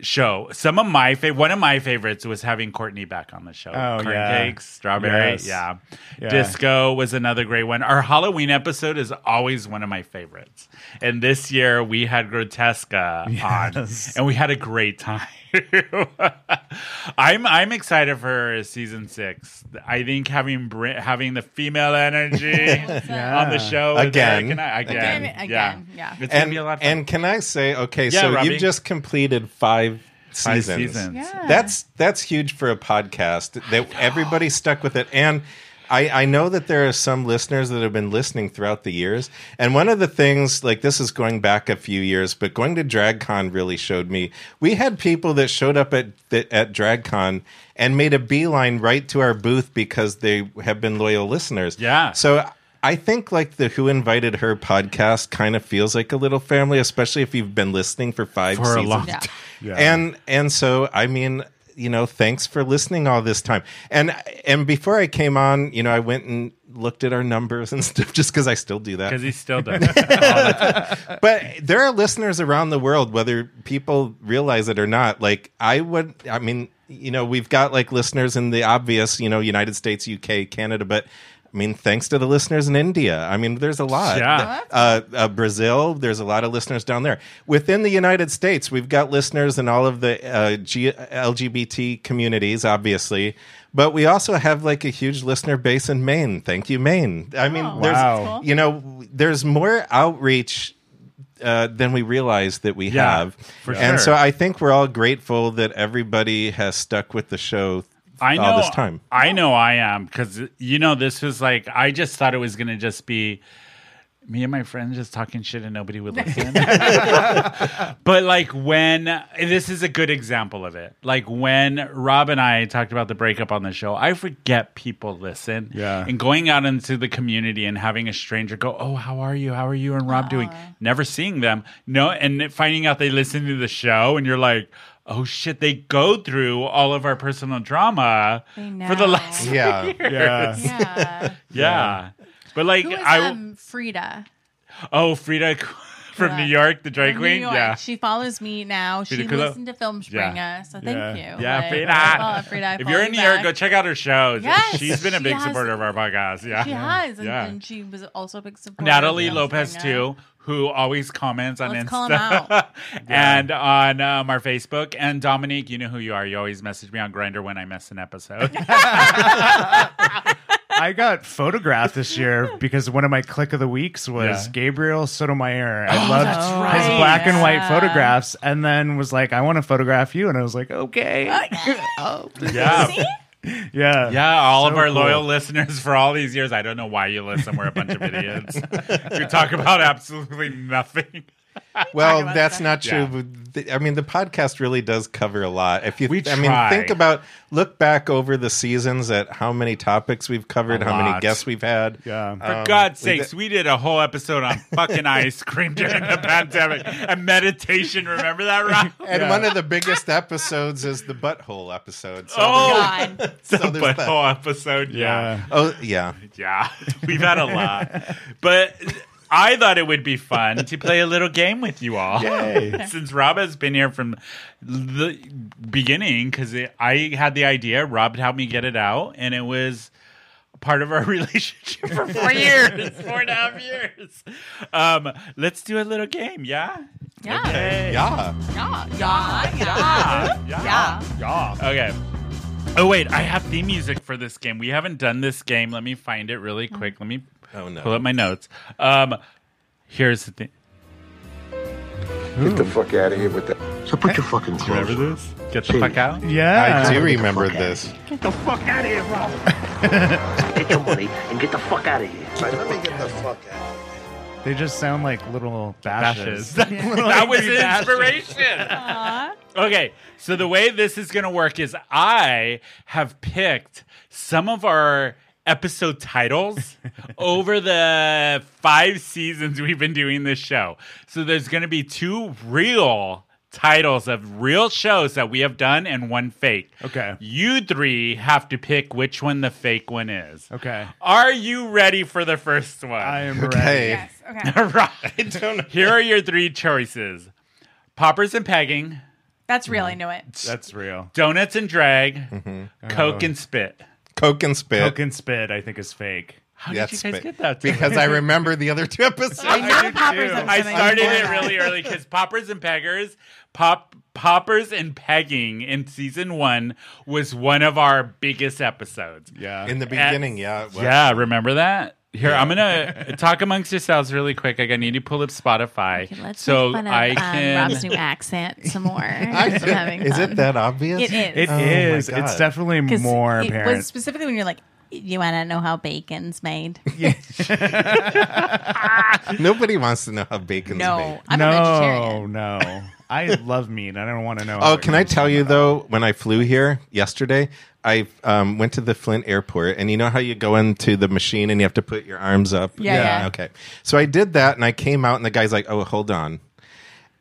S1: show. Some of my favorite one of my favorites was having Courtney back on the show.
S2: Oh,
S1: Corn
S2: yeah.
S1: cakes, strawberry,
S2: Yes.
S1: yeah.
S2: Yeah.
S1: Disco was another great one. Our Halloween episode is always one of my favorites. And this year we had Grotesca
S2: Yes.
S1: on and we had a great time. I'm I'm excited for season 6. I think having Bri- having the female energy on the show with
S4: Again.
S1: Eric and I- again,
S3: Again, again, yeah.
S1: It's gonna
S4: And
S1: be a lot of fun.
S4: and can I say okay,
S1: Yeah,
S4: so
S1: Robbie.
S4: you've just completed 5
S1: Five
S4: seasons.
S1: seasons.
S3: Yeah.
S4: That's that's huge for a podcast that everybody stuck with it and I, I know that there are some listeners that have been listening throughout the years. And one of the things, like this is going back a few years, but going to DragCon really showed me. We had people that showed up at that at DragCon and made a beeline right to our booth because they have been loyal listeners.
S1: Yeah.
S4: So I think like the Who Invited Her podcast kind of feels like a little family, especially if you've been listening for five
S1: For a
S4: seasons.
S1: long
S3: Yeah.
S2: Yeah.
S4: And and so I mean, you know, thanks for listening all this time. And and before I came on, you know, I went and looked at our numbers and stuff just because I still do that.
S1: Because he still does. All the time.
S4: But there are listeners around the world, whether people realize it or not. Like I would, I mean, you know, we've got like listeners in the obvious, you know, United States, UK, Canada, but. I mean, thanks to the listeners in India. I mean, there's a lot.
S1: Yeah.
S4: Uh, uh, Brazil, there's a lot of listeners down there. Within the United States, we've got listeners in all of the uh, G- LGBT communities, obviously, but we also have like a huge listener base in Maine. Thank you, Maine. I mean,
S3: Oh,
S4: there's
S2: Wow.
S3: that's cool.
S4: you know, there's more outreach uh, than we realize that we
S1: Yeah,
S4: have.
S1: for
S4: and
S1: sure.
S4: so I think we're all grateful that everybody has stuck with the show
S1: I know
S4: all this time.
S1: I know I am because you know this was like I just thought it was gonna just be me and my friends just talking shit and nobody would listen. but like when and this is a good example of it. Like when Rob and I talked about the breakup on the show, I forget people listen.
S2: Yeah.
S1: And going out into the community and having a stranger go, "Oh, how are you? How are you and Rob doing?" Never seeing them. No, and finding out they listen to the show, and you're like. Oh shit! They go through all of our personal drama
S6: They
S1: for the
S6: know.
S1: last yeah,
S4: Yeah.
S2: Yeah.
S6: Yeah.
S1: But like
S6: Who is
S1: I
S6: um, Frida?
S1: oh Frida from
S3: Yeah.
S1: New York, the drag
S3: From
S1: queen,
S3: New York.
S1: yeah.
S3: She follows me now. She
S1: Frida Kahlo?
S3: listened to Film Springer, so thank
S2: Yeah.
S3: you.
S1: Yeah,
S3: Like, uh,
S1: Frida.
S3: I follow Frida, I
S1: if
S3: follow
S1: you're
S3: you
S1: in New York,
S3: back.
S1: go check out her shows.
S3: Yes,
S1: She's been a
S3: she
S1: big
S3: has-
S1: supporter of our podcast. Yeah.
S3: She has, and,
S1: Yeah.
S3: and she was also a big supporter.
S1: Natalie
S3: of Film
S1: Lopez,
S3: Springer.
S1: too, who always comments on
S3: Let's
S1: Insta
S3: call him out.
S1: and on um, our Facebook. And Dominique, you know who you are. You always message me on Grinder when I miss an episode.
S2: I got photographed this year because one of my click of the weeks was
S1: Yeah.
S2: Gabriel Sotomayor. I loved
S3: Oh, that's
S2: his
S3: right.
S2: black and white
S3: Yeah.
S2: photographs, and then was like, "I want to photograph you," and I was like, "Okay,
S3: Uh, Oh,
S1: yeah.
S2: yeah,
S1: Yeah, all of
S2: So
S1: our
S2: cool.
S1: loyal listeners for all these years. I don't know why you listen. We're a bunch of idiots who talk about absolutely nothing.
S4: Well,
S3: about
S4: that's
S3: stuff.
S4: not true.
S1: Yeah.
S4: But the- I mean, the podcast really does cover a lot. If you,
S1: We
S4: I mean,
S1: try.
S4: think about look back over the seasons at how many topics we've covered,
S1: A
S4: how many
S1: lot.
S4: guests we've had.
S2: yeah."
S3: Uh,
S1: For God's
S4: we
S1: sakes, we did a whole episode on fucking ice cream during the pandemic and meditation. Remember that, Rob?
S4: And one of the biggest episodes is the butthole episode. So
S1: Oh,
S3: God.
S4: there's- so
S1: the
S4: there's that.
S1: whole episode. Yeah.
S4: Oh yeah,
S1: Yeah. We've had a lot. But I thought it would be fun to play a little game with you all.
S2: Yay.
S1: Since Rob has been here from the beginning, because I had the idea, Rob helped me get it out, and it was part of our relationship for four years, four and a half years. Um, let's do a little game, yeah?
S3: Yeah.
S4: yeah.
S3: Yeah. Yeah. Yeah.
S1: Yeah.
S3: Yeah.
S1: Okay. Oh wait, I have theme music for this game. We haven't done this game. Let me find it really quick. Let me
S4: Oh no.
S1: pull up my notes. Um, here's the thing.
S7: Get the fuck out of here with that. So put your fucking clothes on.
S1: this? Get the fuck out.
S2: Yeah,
S4: I do remember this.
S8: Get the fuck out of here, Rob. Get your money and get the fuck out of here.
S7: Let me get the fuck out of here.
S2: they just sound like little
S1: Ashes.
S2: bashes.
S1: that was inspiration. Okay, so the way this is going to work is I have picked some of our episode titles over the five seasons we've been doing this show. So there's going to be two real titles of real shows that we have done and one fake.
S2: Okay.
S1: You three have to pick which one the fake one is.
S2: Okay,
S1: Are you ready for the first one?
S2: I am ready.
S4: Hey,
S6: Yes. Okay.
S1: All right. Here are your three choices Poppers and Pegging,
S3: That's real. I knew it.
S2: That's real.
S1: Donuts and Drag, Coke and Spit.
S4: Coke and spit.
S2: Milk and spit, I think, is fake.
S1: How
S4: That's
S1: did you guys get
S4: spit.
S1: that? together?
S4: because I remember the other two
S3: I
S4: episodes.
S3: know poppers. and
S1: Oh, I
S3: something.
S1: started it
S3: Yeah.
S1: really early because Poppers and Peggers, Pop Poppers and Pegging in season one was one of our biggest episodes.
S2: Yeah.
S4: In the beginning, yeah, it was.
S1: Yeah, remember that? Here, I'm gonna talk amongst yourselves really quick. Like, I need to pull up Spotify
S6: Okay, let's
S1: so
S6: make fun of
S1: I
S6: um,
S1: can.
S6: Rob's new accent some more.
S4: I-
S6: I'm having
S4: is
S6: fun.
S4: it that obvious?
S3: It is.
S2: It
S4: Oh my
S2: is.
S4: God.
S2: It's definitely
S3: 'Cause
S2: more
S3: it
S2: apparent.
S3: was specifically when you're like,
S6: You want to know how bacon's made?
S4: Nobody wants to know how bacon's made.
S3: no, I'm
S2: no,
S3: a vegetarian.
S2: no. I love meat. I don't want to know.
S4: Oh, can I tell you though? When I flew here yesterday, I um, went to the Flint airport, and you know how you go into the machine and you have to put your arms up.
S3: Yeah, Yeah. yeah.
S4: Okay. So I did that, and I came out, and the guy's like, "Oh, hold on."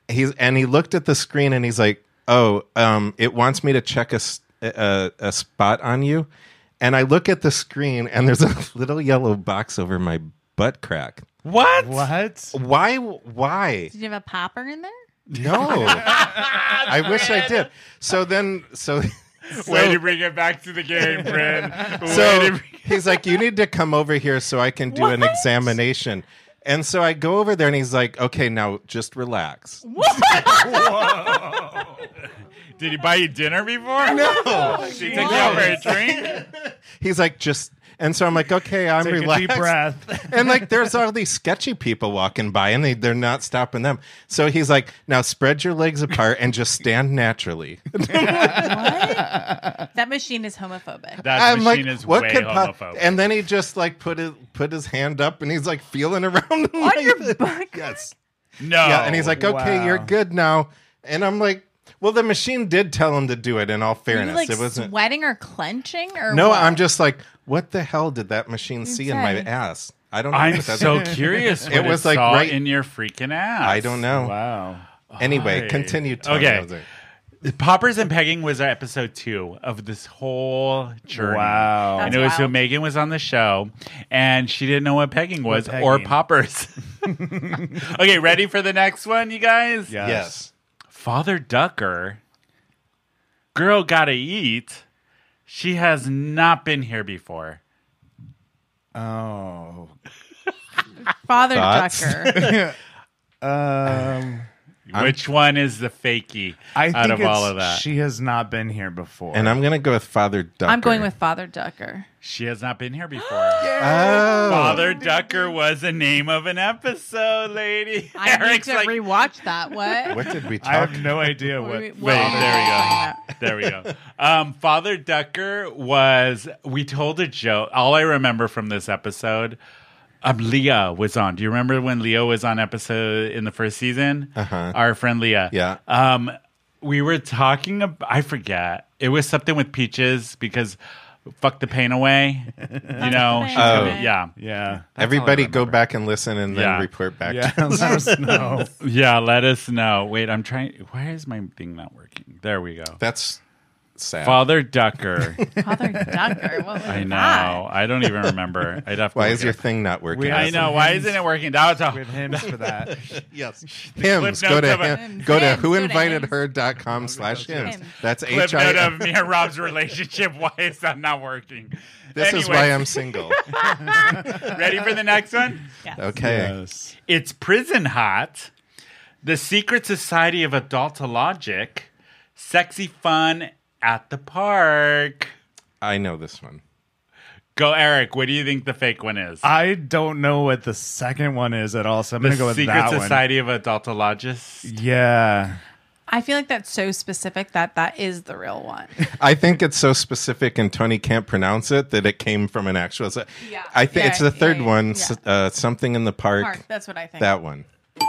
S4: He's and he looked at the screen, and he's like, "Oh, um, it wants me to check a, s- a- a- a spot on you." And I look at the screen, and there's a little yellow box over my butt crack.
S1: What?
S2: What?
S4: Why? Why?
S6: Did you have a popper in there?
S4: No. I wish I did. So then, so.
S1: Way to bring it back to the game, Bryn. Way to
S4: So
S1: bring-
S4: he's like, You need to come over here so I can do an examination. And so I go over there and he's like, Okay, now just relax.
S1: Did he buy you dinner before? No. Did he take you out for a drink?
S4: He's like, Just And so I'm like, okay, I'm
S2: Take a
S4: relaxed.
S2: deep breath.
S4: and like there's all these sketchy people walking by and they, they're not stopping them so he's like now spread your legs apart and just stand naturally
S6: That machine is homophobic.
S1: That
S4: i'm like
S1: machine is
S4: what
S1: way
S4: could
S1: homophobic.
S4: pop and then he just like put his put his hand up and he's like feeling around on like,
S6: your butt
S4: yes
S1: no.
S4: yeah and he's like okay
S2: Wow.
S4: you're good now and i'm like well the machine did tell him to do it in all
S6: Are
S4: fairness
S6: you like
S4: it wasn't
S6: sweating or clenching or
S4: no
S6: what?
S4: i'm just like what the hell did that machine see in my
S6: Okay.
S4: ass i don't know
S1: I'm
S4: if that's-
S1: so curious. What it was like right in your freaking ass.
S4: i don't know
S2: Wow.
S4: anyway
S1: Right.
S4: continue to
S1: Okay. Poppers and Pegging was our episode two of this whole journey.
S2: Wow.
S1: and it was
S6: That's
S1: so
S6: wild.
S1: Megan was on the show and she didn't know what pegging was
S2: What
S1: or
S2: pegging?
S1: poppers. okay, ready for the next one, you guys?
S2: Yes.
S4: yes
S1: Father Ducker, girl gotta eat. She has not been here before.
S2: Oh.
S6: Father
S4: Thoughts?
S6: Ducker.
S2: Um,
S1: Which one is the fakie
S2: I think
S1: out of
S2: it's,
S1: all of that? She-,
S2: she has not been here before.
S4: And I'm gonna go with Father Ducker.
S6: I'm going with Father Ducker.
S1: has not been here before.
S4: Oh,
S1: Father Ducker was the name of an episode, lady.
S6: I need
S1: Eric's
S6: to
S1: like,
S6: rewatch that. What?
S4: what did we
S2: I
S4: talk?
S2: have no idea what.
S6: Wait,
S1: Wait,
S6: what-
S1: there we go. There we go. Um, Father Ducker was, we told a joke. All I remember from this episode, um, Leah was on. Do you remember when Leah was on episode in the first season? Uh-huh. Our friend Leah.
S4: Yeah.
S1: Um, we were talking about, I forget. It was something with peaches because fuck the pain away. You know,
S6: pain
S1: she's
S6: away.
S4: Oh.
S1: gonna, yeah.
S2: Yeah.
S4: Everybody go back and listen and then
S1: Yeah.
S4: report back.
S2: Yeah.
S4: to-
S2: Let us know.
S1: Yeah, let us know. Wait, I'm trying. Why is my thing not working? There we go.
S4: That's sad.
S1: Father Ducker.
S6: Father Ducker. What was
S1: I know.
S6: that?
S1: I don't even remember. I'd have to
S4: Why
S1: look
S4: is
S1: it
S4: your
S1: up.
S4: thing not working?
S2: We-
S1: I know. Why isn't it working? That was
S2: We
S1: a
S2: have hints for that.
S4: Yes. Hymns.
S1: clip
S4: Go
S1: notes
S4: to
S1: of a-
S4: him, go to
S6: Hymns, go to
S4: whoinvitedher.com slash hymns.
S6: Hymns.
S4: That's
S1: clip
S4: H I
S1: note of
S4: M.
S1: me and Rob's relationship. Why is that not working?
S4: This is why I'm single.
S1: I'm ready for the next one.
S4: Okay.
S2: Yes.
S1: It's Prison Hot, The Secret Society of Adultologic, Sexy Fun at the Park.
S4: I know this one.
S1: Go, Eric. What do you think the fake one is?
S2: I don't know what the second one is at all, so I'm
S1: the
S2: going to go with
S1: Secret
S2: that
S1: Society of Adultologists.
S2: one. Yeah.
S6: I feel like that's so specific that that is the real one.
S4: I think it's so specific and Tony can't pronounce it that it came from an actual. se-
S6: Yeah.
S4: I think
S6: Yeah,
S4: it's the third
S6: yeah, yeah,
S4: one,
S6: yeah.
S4: s- uh, something in the
S6: Park. That's what I think.
S4: That one.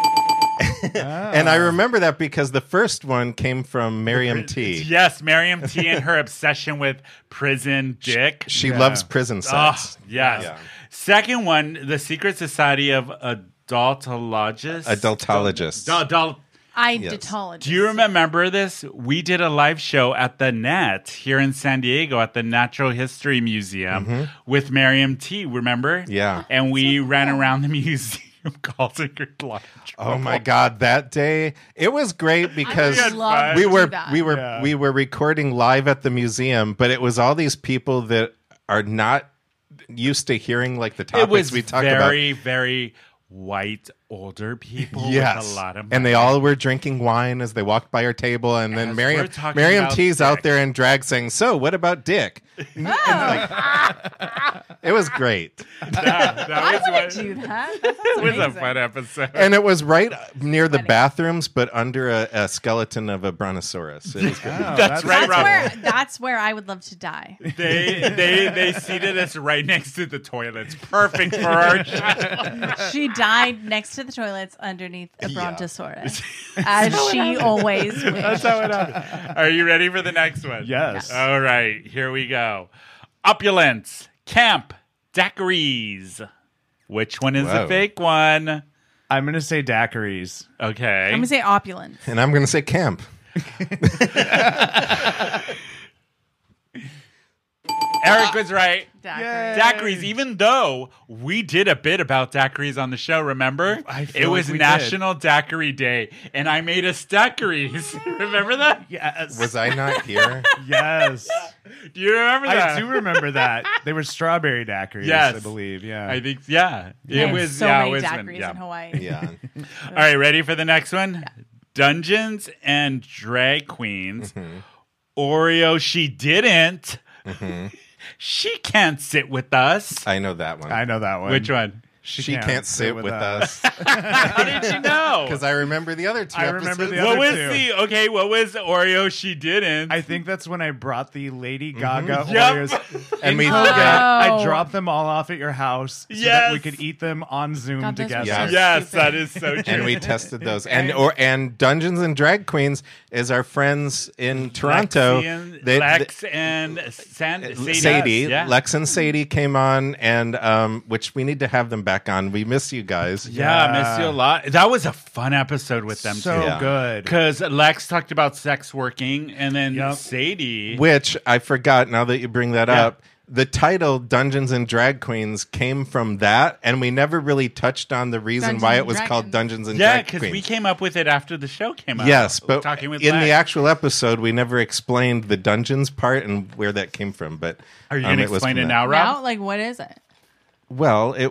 S4: and
S1: Ah.
S4: I remember that because the first one came from Miriam T.
S1: Yes, Miriam T. and her obsession with prison dick.
S4: She loves prison sex.
S1: Oh, yes.
S4: Yeah.
S1: Second one, the Secret Society of Adultologists.
S4: Adultologists.
S1: Adult.
S6: I
S4: Yes.
S6: detologist.
S1: Do you remember this? We did a live show at the Net here in San Diego at the Natural History Museum with Miriam T. Remember?
S4: Mm-hmm. Yeah.
S1: And we ran around the museum causing her life.
S4: oh my god, that day it was great because
S1: had fun.
S4: we
S1: to
S4: were
S6: do that.
S4: we were
S2: Yeah.
S4: we were recording live at the museum, but it was all these people that are not used to hearing like the
S1: It
S4: topics
S1: was
S4: we talk about.
S1: very, very white older people
S4: Yes,
S1: with a lot of money.
S4: and they all were drinking wine as they walked by our table, and then
S1: As
S4: Miriam
S1: we're talking
S4: Miriam
S1: about
S4: T's out
S1: dick.
S4: there in drag saying, "So, what about Dick?" It was great.
S1: that, that was
S6: I
S1: what-
S6: would do that. That sounds
S1: it was a
S6: amazing.
S1: fun episode.
S4: and it was right near the bathrooms, but under a, a skeleton of a brontosaurus. It was good.
S2: Oh,
S1: That's right,
S6: That's
S1: Rob.
S6: where, that's where I would love to die.
S1: They they they seated us right next to the toilets. Perfect for our show.
S6: She died next to the toilets underneath a
S4: Yeah.
S6: brontosaurus, as she always wished.
S1: Are you ready for the next one?
S2: Yes.
S1: All right, here we go. Opulence, camp, daiquiris. Which one is
S4: Whoa.
S1: the fake one?
S2: I'm going to say daiquiris.
S1: Okay.
S6: I'm gonna say opulence.
S4: And I'm going to say camp.
S6: ah.
S1: Eric was right.
S6: Daiquiri.
S1: Daiquiris, even though we did a bit about daiquiris on the show, remember?
S2: I feel
S1: it
S2: like
S1: was
S2: we did.
S1: National Daiquiri Day, and I made us daiquiris. remember that?
S2: Yes.
S4: Was I not here?
S2: yes.
S1: Do you remember that?
S2: I do remember that. They were strawberry daiquiris,
S1: Yes.
S2: I believe. Yeah.
S1: I think, yeah.
S6: There
S1: It
S6: are
S1: was,
S6: so
S1: yeah, it
S6: many
S1: was when-
S6: daiquiris
S1: yeah.
S6: in Hawaii.
S4: yeah.
S1: All right, ready for the next one? Dungeons and
S4: Mm-hmm.
S1: Drag Queens. Oreo, she didn't. She can't sit with us.
S4: Mm-hmm. I know that one.
S2: I know that one.
S1: Which one?
S4: she, can't, sit with us
S1: How did you know?
S4: because I remember the other two.
S2: I remember
S4: episodes.
S2: the
S1: What
S2: other
S1: was
S2: two.
S1: the okay? What was the Oreo? She didn't.
S2: I think that's when I brought the Lady
S4: Mm-hmm.
S2: Gaga
S1: Yep.
S2: Oreos.
S4: And we-
S2: in Colgate.
S9: Oh.
S2: I dropped them all off at your house so that
S1: Yes.
S2: we could eat them on Zoom
S9: God, those were
S2: together.
S4: Yeah.
S9: so
S1: yes,
S9: stupid.
S1: that is so true.
S4: and we tested those and or and Dungeons and Drag Queens is our friends in Toronto.
S1: Lexi and,
S4: They- Uh,
S1: Lex and San, Sadie.
S4: Sadie,
S1: Yeah.
S4: Lex and Sadie came on, and um, which we need to have them back on. We miss you guys.
S1: yeah, I miss you a lot. That was a fun episode with them
S2: so
S1: too.
S4: Yeah.
S2: good.
S1: Because Lex talked about sex working, and then
S2: Yep.
S1: Sadie.
S4: Which I forgot now that you bring that
S1: Yeah.
S4: up. The title Dungeons and Drag Queens came from that, and we never really touched on the reason
S3: Dungeons
S4: why it
S3: and
S4: was called
S3: Dragons.
S4: Dungeons and
S1: yeah,
S4: Drag
S1: because
S4: Queens.
S1: we came up with it after the show came out.
S4: Yes, but
S1: talking with
S4: in the
S1: Lex.
S4: actual episode, we never explained the dungeons part and where that came from. But
S1: Are you
S4: um,
S1: going to
S4: was
S1: explain
S4: from
S1: it
S4: that.
S1: now, Rob?
S3: Now, like, what is it?
S4: Well, it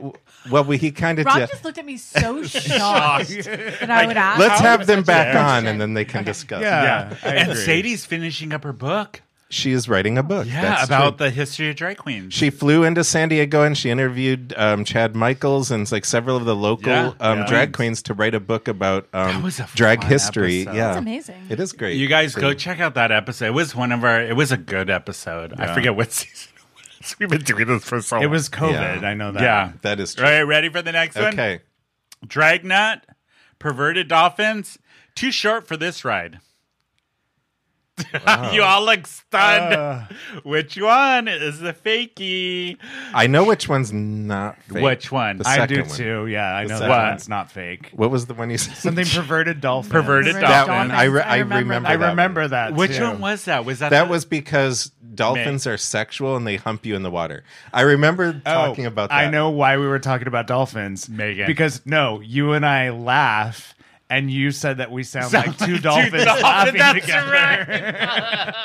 S4: well we, he kind of
S3: Rob
S4: did.
S3: just looked at me so shocked that I would ask.
S4: Let's have them back
S3: a
S4: on,
S3: question.
S4: and then they can discuss.
S2: Yeah, I
S1: and
S2: agree.
S1: Sadie's finishing up her book.
S4: she is writing a book.
S1: Yeah,
S4: That's
S1: about
S4: true.
S1: the history of drag queens.
S4: She flew into San Diego and she interviewed um, Chad Michaels and like several of the local
S1: Yeah.
S4: um,
S1: Yeah.
S4: drag queens to write a book about um,
S1: was a
S4: drag
S1: fun
S4: history.
S1: episode.
S4: Yeah,
S3: That's amazing.
S4: It is great.
S1: you guys go
S4: So-
S1: check out that episode. It was one of our. It was a good episode. I forget what season. it was. We've been doing this for so.
S2: It
S1: long.
S2: was COVID. I know that.
S1: Yeah.
S4: That is true.
S1: All right, ready for the next one?
S4: Okay.
S1: Dragnet, perverted dolphins. Too short for this ride. you all look stunned. Which one is the fakey?
S4: I know which one's not. Fake.
S1: Which one?
S4: The
S2: I
S4: second
S2: do
S4: one.
S2: too. Yeah, I know that
S1: second
S2: one's not fake.
S4: What was the one you said?
S2: Something perverted dolphin.
S1: Perverted
S3: Perverted
S1: dolphin.
S4: that one. I, re- I remember.
S2: I
S4: that one.
S2: remember that.
S1: Which
S2: too.
S1: one was that? Was that
S4: That
S1: the-
S4: was because dolphins are sexual and they hump you in the water. I remember
S1: Oh,
S4: talking about that.
S2: Oh, I know why we were talking about dolphins,
S1: Megan.
S2: Because no, you and I laugh, and you said that we sound like two
S1: Dude,
S2: dolphins
S1: dolphin,
S2: laughing
S1: that's
S2: together.
S1: right.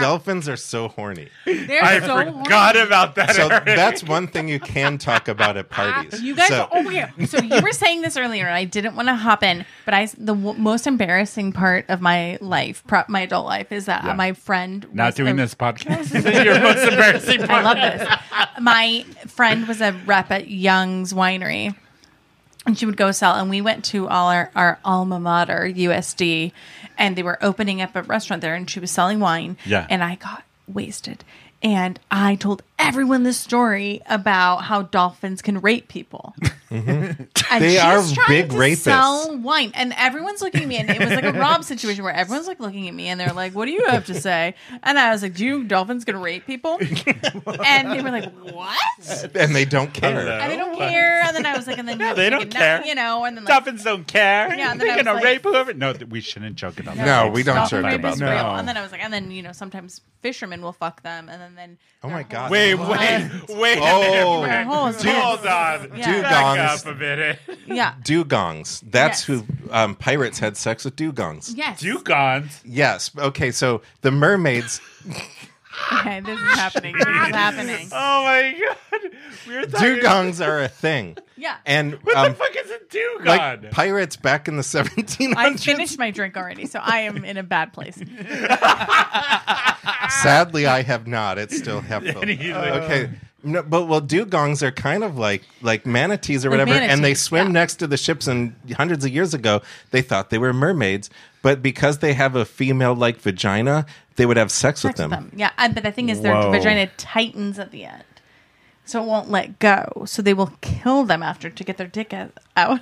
S4: Dolphins are so horny.
S3: They're
S1: I
S3: so
S1: forgot
S3: horny.
S1: about that.
S4: So that's one thing you can talk about at parties.
S3: You guys
S4: So-
S3: are over here. So you were saying this earlier, and I didn't want to hop in, but I the w- most embarrassing part of my life, pro- my adult life, is that my friend
S1: Not
S3: was
S1: doing
S3: a-
S1: this podcast. This is your most embarrassing
S3: I
S1: part.
S3: love this. My friend was a rep at Young's Winery, and she would go sell. And we went to all our, our alma mater, USD, and they were opening up a restaurant there, and she was selling wine.
S1: Yeah.
S3: And I got wasted, and I told everyone this story about how dolphins can rape people. And
S4: They
S3: she's
S4: are
S3: trying
S4: big
S3: to
S4: rapists.
S3: Sell wine, and everyone's looking at me, and it was like a Rob situation where everyone's like looking at me, and they're like, "What do you have to say?" And I was like, "Do you dolphins gonna rape people?" and they were like, "What?"
S4: and they don't care.
S3: And they don't care. And then I was like, "And then yeah,
S1: they don't care.
S3: you know." And then like,
S1: Dolphins don't care.
S3: Yeah, and then
S1: They're
S3: I was
S1: gonna
S3: like-
S1: rape whoever. No, th- we shouldn't joke about that.
S4: No, we don't
S3: dolphin
S4: joke
S3: rape
S4: about
S3: is
S4: that.
S3: real.
S2: No.
S3: And then I was like, and then you know, sometimes fishermen will fuck them, and then then
S4: Oh my god.
S1: Wait, wait, wait.
S4: Oh.
S1: a minute.
S3: Hold on.
S1: hold on.
S3: Yeah.
S1: Back
S4: Dugongs.
S1: up a minute.
S3: yeah.
S4: Dugongs. That's
S3: Yes.
S4: who um, pirates had sex with dugongs.
S3: Yes.
S1: Dugongs.
S4: Yes. Okay, so the mermaids
S3: Okay, this is happening. This is happening.
S1: Oh my god. We were talking.
S4: dugongs are a thing.
S3: Yeah.
S4: And
S1: What
S4: um,
S1: the fuck is a dugong?
S4: like pirates back in the 1700s
S3: I finished my drink already, so I am in a bad place.
S4: Sadly, I have not. It's still helpful.
S1: He's like,
S4: Okay. No, but well, dugongs are kind of like like manatees or
S3: Like
S4: whatever, and they
S3: manatees,
S4: swim
S3: yeah.
S4: next to the ships. And hundreds of years ago, they thought they were mermaids, but because they have a female like vagina, they would have sex, with
S3: sex
S4: them.
S3: with them. Yeah, and- but the thing is, their
S2: Whoa.
S3: vagina tightens at the end, so it won't let go. So they will kill them after to get their dick out.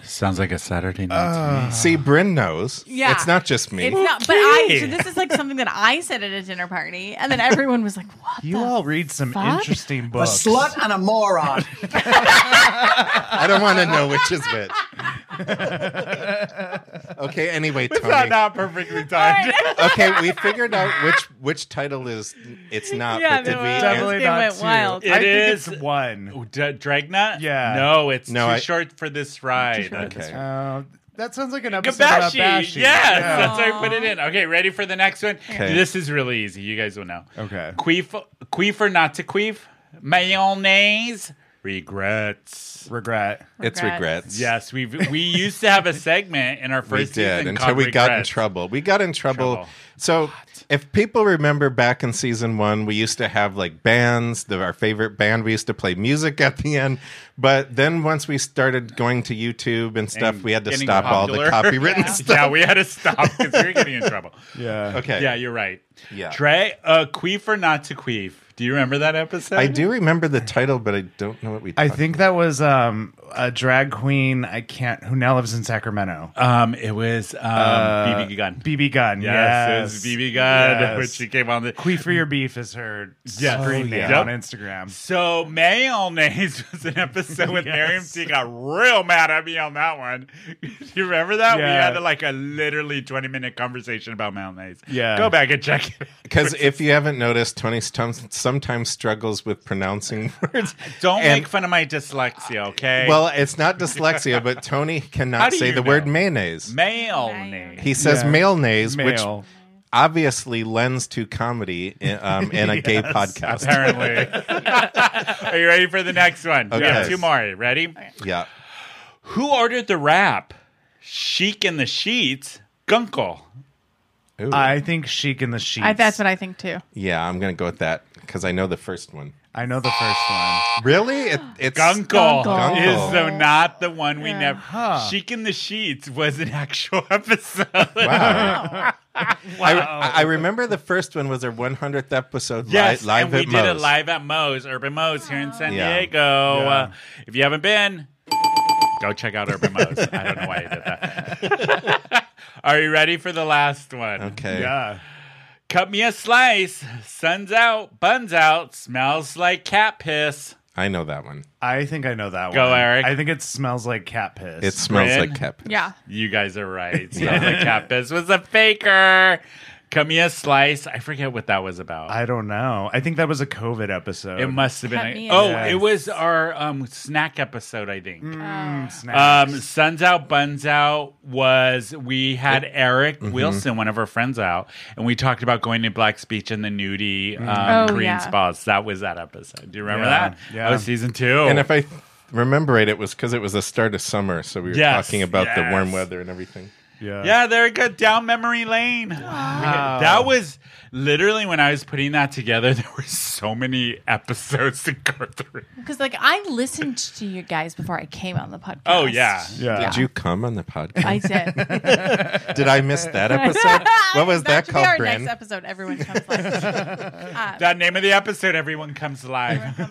S1: Sounds like a Saturday night.
S4: See, Bryn knows.
S3: Yeah.
S4: it's not just me.
S3: It's not, but I.
S1: Okay.
S3: So this is like something that I said at a dinner party, and then everyone was like, "What?"
S2: You
S3: the
S2: all read some
S3: fuck?
S2: interesting books.
S7: and a moron.
S4: I don't want to know which is which. okay. Anyway,
S1: It's not,
S4: Tony.
S1: not perfectly timed.
S4: Okay, we figured out which which title is it's not.
S3: Yeah,
S4: but did
S3: there
S4: we?
S3: was.
S4: answer-
S2: Definitely
S3: They
S2: not
S3: went
S2: two.
S3: wild.
S2: I
S1: It
S2: think
S1: is-
S2: it's one.
S1: Oh, D- Dragnet?
S2: Yeah.
S1: No, it's
S4: No,
S1: too
S4: I-
S1: short for this ride.
S4: Okay.
S2: Uh, that sounds like an episode about
S1: Gabashi. Yes,
S2: Bashi. Yeah.
S1: that's why I put it in. Okay, ready for the next one?
S4: Okay.
S1: This is really easy. You guys will know.
S2: Okay.
S1: Queef, queef or not to queef? Mayonnaise. Regrets.
S2: Regret.
S4: It's regrets.
S1: Yes, we have we used to have a segment in our first
S4: we did
S1: season
S4: until
S1: called
S4: we got in
S1: Regrets.
S4: trouble. We got in trouble,
S1: Trouble.
S4: So, if people remember back in season one, we used to have like bands, the, our favorite band. We used to play music at the end. But then once we started going to YouTube and stuff,
S1: And
S4: we had to
S1: getting
S4: stop all the
S1: popular.
S4: copywritten stuff.
S1: yeah, we had to stop because we were getting in trouble.
S2: Yeah.
S4: Okay.
S1: Yeah, you're right.
S4: Yeah.
S1: Dre, uh, queef or not to queef? Do you remember that episode?
S4: I do remember the title, but I don't know what we.
S2: I
S4: talked
S2: think that was um, a drag queen. I can't. Who now lives in Sacramento?
S1: Um, it was um,
S2: Uh,
S1: BB Gun.
S2: BB Gun.
S1: yes, it was
S2: Yes,
S1: BB Gun
S2: Yes.
S1: when she came on the.
S2: Queef for your beef is her
S1: Yes.
S2: screen
S1: Oh,
S2: name
S1: yeah.
S2: on Instagram.
S1: So mayonnaise was an episode with Miriam
S2: Yes.
S1: T got real mad at me on that one. you remember that? We
S2: Yeah.
S1: had like a literally twenty minute conversation about mayonnaise.
S2: Yeah.
S1: Go back and check it. out.
S4: Because if you haven't noticed, Tony stum- sometimes struggles with pronouncing words.
S1: Don't
S4: And-
S1: make fun of my dyslexia, okay?
S4: Well, it's not dyslexia, but Tony
S1: How
S4: cannot
S1: do
S4: say
S1: you
S4: the word
S1: know?
S4: mayonnaise.
S1: mayonnaise.
S4: he says
S2: Yeah.
S4: mayonnaise,
S2: Male.
S4: which obviously lends to comedy in, um, in a gay podcast.
S1: Apparently. Are you ready for the next one? We have
S4: Okay.
S1: two more. Ready?
S4: Yeah.
S1: Who ordered the wrap? Chic in the sheets. Gunkle.
S4: Ooh.
S2: I think Chic in the Sheets.
S6: I, that's what I think too.
S4: yeah, I'm going to go with that because I know the first one.
S2: I know the first one.
S4: Really? It, it's
S1: Gunkle,
S6: Gunkle.
S1: is though not the one we never.
S2: Huh.
S1: Chic in the sheets was an actual episode.
S4: Wow. I, I remember the first one was our 100th episode li-
S1: yes, and
S4: live
S1: we
S4: at
S1: did it
S4: Moe's.
S1: live at Moe's, Urban Moe's here in San
S4: Yeah.
S1: Diego. Uh, if you haven't been, go check out Urban Moe's. I don't know why you did that. Are you ready for the last one?
S4: Okay.
S2: Yeah.
S1: Cut me a slice. Sun's out, buns out, smells like cat piss.
S4: I know that one.
S2: I think I know that
S1: Go,
S2: one.
S1: Eric.
S2: I think it smells like cat piss.
S4: It smells
S1: Red?
S4: like cat piss.
S6: Yeah.
S1: You guys are right. Smells like cat piss was a faker. Cut me a slice. I forget what that was about.
S2: I don't know. I think that was a COVID episode.
S1: It must have been.
S6: Cut
S1: A,
S6: me
S1: oh,
S6: in
S2: half.
S1: it was our um, snack episode, I think.
S2: Mm, snacks.
S1: Um, Suns Out, Buns Out was we had Eric
S2: Mm-hmm.
S1: Wilson, one of our friends, out, and we talked about going to Black's Beach and the nudie um,
S6: Oh,
S1: Korean
S6: yeah.
S1: spas. That was that episode. Do you remember
S2: Mm. Yeah,
S1: that?
S2: yeah.
S1: That was season two.
S4: And if I th- remember right, it was because it was the start of summer, so we were
S1: Yes,
S4: talking about the warm
S1: yes.
S4: weather and everything.
S2: yeah.
S1: yeah, there it go down memory lane. Uh, That was literally when I was putting that together. There were so many episodes to go through.
S6: Because like I listened to you guys before I came on the podcast.
S1: Oh yeah,
S2: Yeah.
S4: Did you come on the podcast?
S6: I did.
S4: Did I miss that episode? What was that
S6: should be
S4: called,
S6: Our
S4: Bryn?
S6: next episode, everyone comes live.
S1: that name of the episode. Everyone comes alive.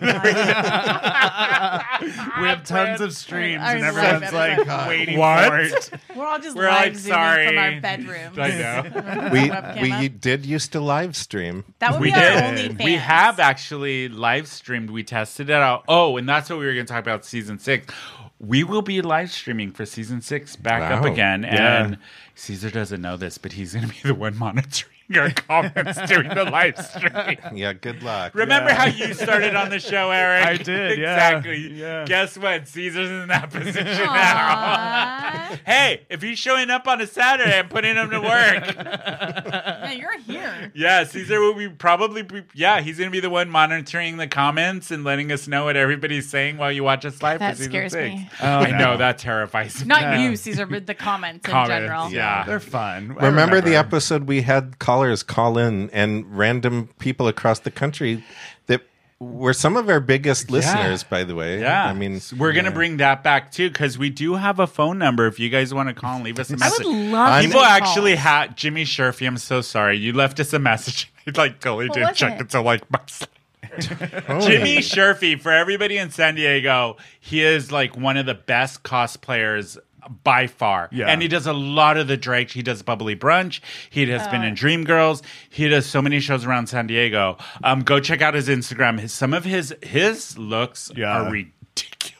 S2: We have tons of streams,
S6: I
S2: and
S6: love
S2: everyone's
S6: it.
S2: like waiting
S1: What?
S2: for it.
S6: We're all just
S1: We're
S6: live
S1: like,
S6: zooming
S1: sorry.
S6: from our bedrooms.
S1: I know.
S4: we
S6: webcam
S4: we
S6: up.
S4: did used to live stream.
S6: That
S3: Oh,
S6: would
S1: We
S6: be our only
S1: did.
S6: fan.
S1: We have actually live streamed. We tested it out. Oh, and that's what we were going to talk about season six. We will be live streaming for season six back up
S4: Wow.
S1: again.
S2: Yeah.
S1: And Caesar doesn't know this, but he's going to be the one monitoring our comments during the live stream.
S4: Yeah, good luck.
S1: Remember how you started on the show, Eric?
S2: I did, yeah.
S1: exactly.
S2: Yeah.
S1: Guess what? Caesar's in that position now. hey, if he's showing up on a Saturday, I'm putting him to work.
S6: Yeah, you're here.
S1: Yeah, Caesar will be probably. Be, yeah, he's gonna be the one monitoring the comments and letting us know what everybody's saying while you watch us live.
S6: That
S1: for season
S6: scares
S1: six. Oh,
S6: me.
S1: I know that terrifies me.
S6: Not
S2: Yeah.
S6: you, Caesar, but the comments, in
S1: Comments,
S6: general.
S1: Yeah.
S2: They're fun. I
S4: Remember the episode we had callers call in and random people across the country that were some of our biggest listeners, by the way.
S1: Yeah,
S4: I mean,
S1: So we're gonna bring that back too because we do have a phone number. If you guys want to call and leave us a
S6: I
S1: message,
S6: would love
S1: people
S6: to call.
S1: actually had Jimmy Sherfy. I'm so sorry you left us a message. I like totally
S6: What
S1: didn't
S6: was
S1: check
S6: it?
S1: it until like months. later.
S4: Tony.
S1: Jimmy Sherfy, for everybody in San Diego, he is like one of the best cosplayers by far.
S2: Yeah.
S1: And he does a lot of the drag. He does Bubbly Brunch. He has been in
S6: Oh.
S1: Dreamgirls. He does so many shows around San Diego. Um, go check out his Instagram. His, some of his his looks
S2: Yeah.
S1: are ridiculous.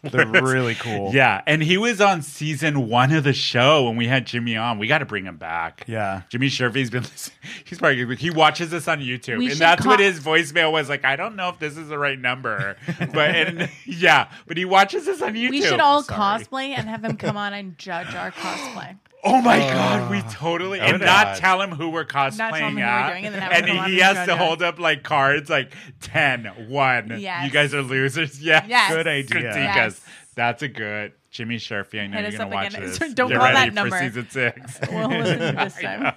S2: They're really cool.
S1: Yeah, and he was on season one of the show when we had Jimmy on. We got to bring him back.
S2: Yeah.
S1: Jimmy Sherfy's been listening. He's probably gonna be- he watches this on YouTube,
S6: We
S1: and
S6: should
S1: that's
S6: call-
S1: what his voicemail was like. I don't know if this is the right number, but and yeah, but he watches this on YouTube.
S6: We should all
S1: Sorry.
S6: cosplay and have him come on and judge our cosplay.
S1: Oh my god, we totally and not tell him who we're cosplaying
S6: tell him who we're
S1: at.
S6: doing, and then have him
S1: and
S6: come on
S1: he
S6: and
S1: has
S6: judge
S1: to
S6: us.
S1: hold up like cards, like 10, 1.
S6: Yes.
S1: You guys are losers. Yes.
S6: Yes.
S2: Good idea.
S1: Critique
S6: Yes.
S1: us. That's a good. Jimmy Sharpie, I know
S10: Hit
S1: you're
S10: us
S1: going
S10: up
S1: to watch
S10: again.
S1: this.
S10: Don't
S1: Get
S10: call
S1: ready
S10: that number.
S1: for season six.
S10: We'll listen to this time.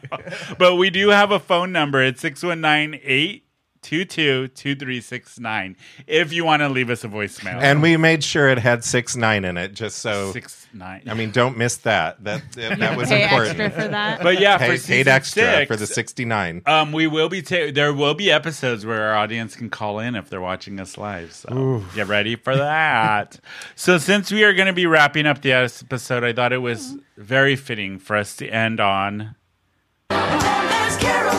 S1: but we do have a phone number. It's 619 822 2369 if you want to leave us a voicemail.
S4: And we made sure it had six nine in it, just so.
S1: Six nine.
S4: I mean, don't miss that. That that, that was
S10: Pay
S4: important.
S10: extra for that.
S1: but yeah, for
S4: Paid,
S1: season
S4: paid extra
S1: six,
S4: for the sixty nine.
S1: Um, we will be ta- there will be episodes where our audience can call in if they're watching us live. So get ready for that. so since we are going to be wrapping up the episode, I thought it was very fitting for us to end on.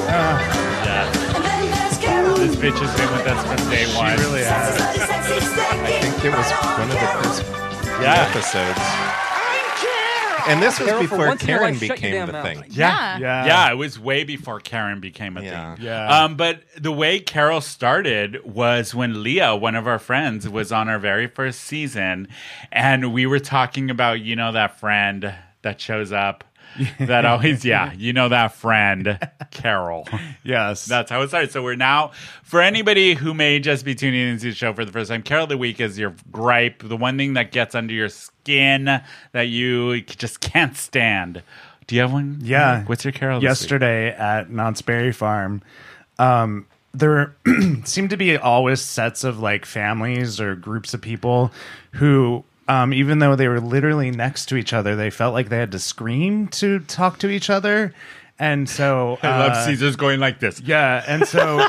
S1: Yeah, this bitch has been with us from day one.
S2: really has.
S4: I think it was one of the first
S1: yeah,
S4: episodes. And this was
S5: Carol, for
S4: before
S5: once in your
S4: Karen
S5: life, shut your
S4: became
S5: damn
S4: the
S5: mouth.
S4: thing.
S1: yeah,
S2: Yeah.
S1: yeah. It was way before Karen became a
S4: Yeah.
S1: thing.
S2: Yeah.
S1: Um, but the way Carol started was when Leah, one of our friends, was on our very first season, and we were talking about you know that friend that shows up, that always yeah you know that friend Carol.
S2: Yes.
S1: That's how it started. So we're now for anybody who may just be tuning into the show for the first time. Carol of the week is your gripe, the one thing that gets under your skin that you just can't stand. Do you have one?
S2: Yeah.
S1: Mm-hmm. What's your Carol? this week?
S2: yesterday at Knott's Berry Farm. Um, there seemed to be always sets of like families or groups of people who, um, even though they were literally next to each other, they felt like they had to scream to talk to each other. And so
S1: I love
S2: uh,
S1: Caesar's going like this.
S2: yeah, and so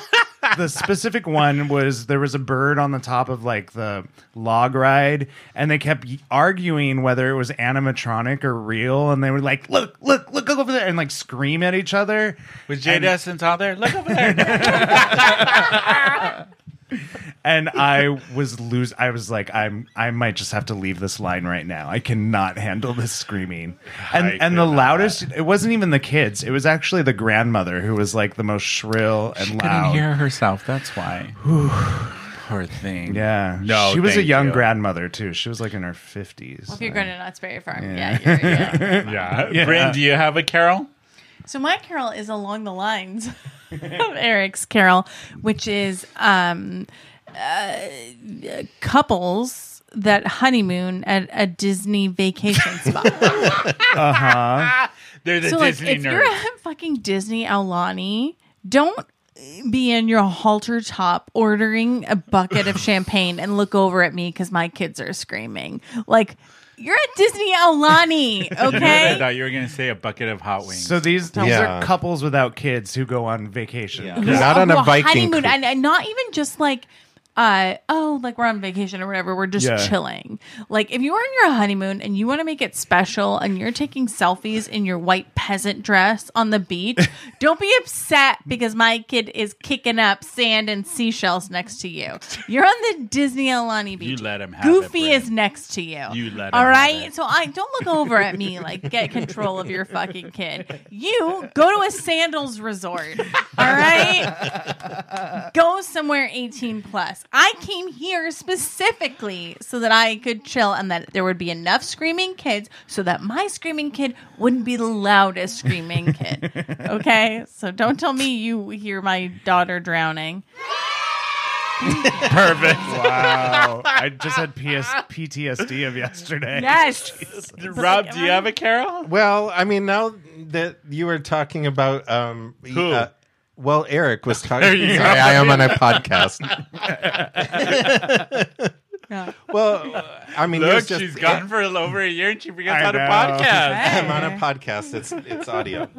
S2: the specific one was there was a bird on the top of like the log ride, and they kept arguing whether it was animatronic or real, and they were like, "Look, look, look over there!" and like scream at each other.
S1: Was Jade Essence out there? Look over there.
S2: And I was lose. I was like, "I'm. I might just have to leave this line right now. I cannot handle this screaming." And
S1: I
S2: and the
S1: could not.
S2: loudest. It wasn't even the kids. It was actually the grandmother who was like the most shrill and loud.
S1: herself. That's why. Poor thing.
S2: Yeah.
S1: No,
S2: She was a
S1: thank
S2: young
S1: you.
S2: grandmother too. She was like in her fifties.
S3: If you're going to Knott's Berry Farm, yeah. you're, yeah.
S1: Yeah. Bryn, do you have a Carol?
S3: So my carol is along the lines of Eric's carol, which is um, uh, couples that honeymoon at a Disney vacation spot.
S1: They're the
S3: so like,
S1: Disney
S3: if you're
S1: nerds.
S3: at fucking Disney Aulani, don't be in your halter top ordering a bucket of champagne and look over at me because my kids are screaming. Like you're at Disney Aulani,
S1: I
S3: okay?
S1: thought you were going to say a bucket of hot wings.
S2: So these these
S4: Yeah.
S2: are couples without kids who go on vacation.
S3: Who-
S4: Not on a
S3: who
S4: Viking
S3: Oh, honeymoon,
S4: cruise.
S3: and, and not even just like. Uh, oh, like we're on vacation or whatever. We're just
S2: Yeah.
S3: chilling. Like if you are on your honeymoon and you want to make it special and you're taking selfies in your white peasant dress on the beach, don't be upset because my kid is kicking up sand and seashells next to you. You're on the Disney Alani beach.
S1: let him have it,
S3: Goofy
S1: Brynn.
S3: is next to you.
S1: You let him
S3: All
S1: have
S3: right.
S1: it.
S3: So I don't look over at me like get control of your fucking kid. You go to a sandals resort. All right. Go somewhere 18 plus. I came here specifically so that I could chill and that there would be enough screaming kids so that my screaming kid wouldn't be the loudest screaming kid. Okay? So don't tell me you hear my daughter drowning.
S1: Perfect.
S2: Wow. I just had PS- PTSD of yesterday.
S3: Yes.
S1: Rob, do you have a Carol?
S4: Well, I mean, now that you were talking about um,
S1: Who?
S4: well, Eric was talking.
S1: There you
S4: Sorry,
S1: go.
S4: I am on a podcast.
S3: Yeah.
S4: Well, I mean,
S1: Look,
S4: it's just,
S1: she's gone for over a year and she forgets
S2: I
S1: how to
S2: know.
S1: podcast.
S4: I'm on a podcast. It's it's audio.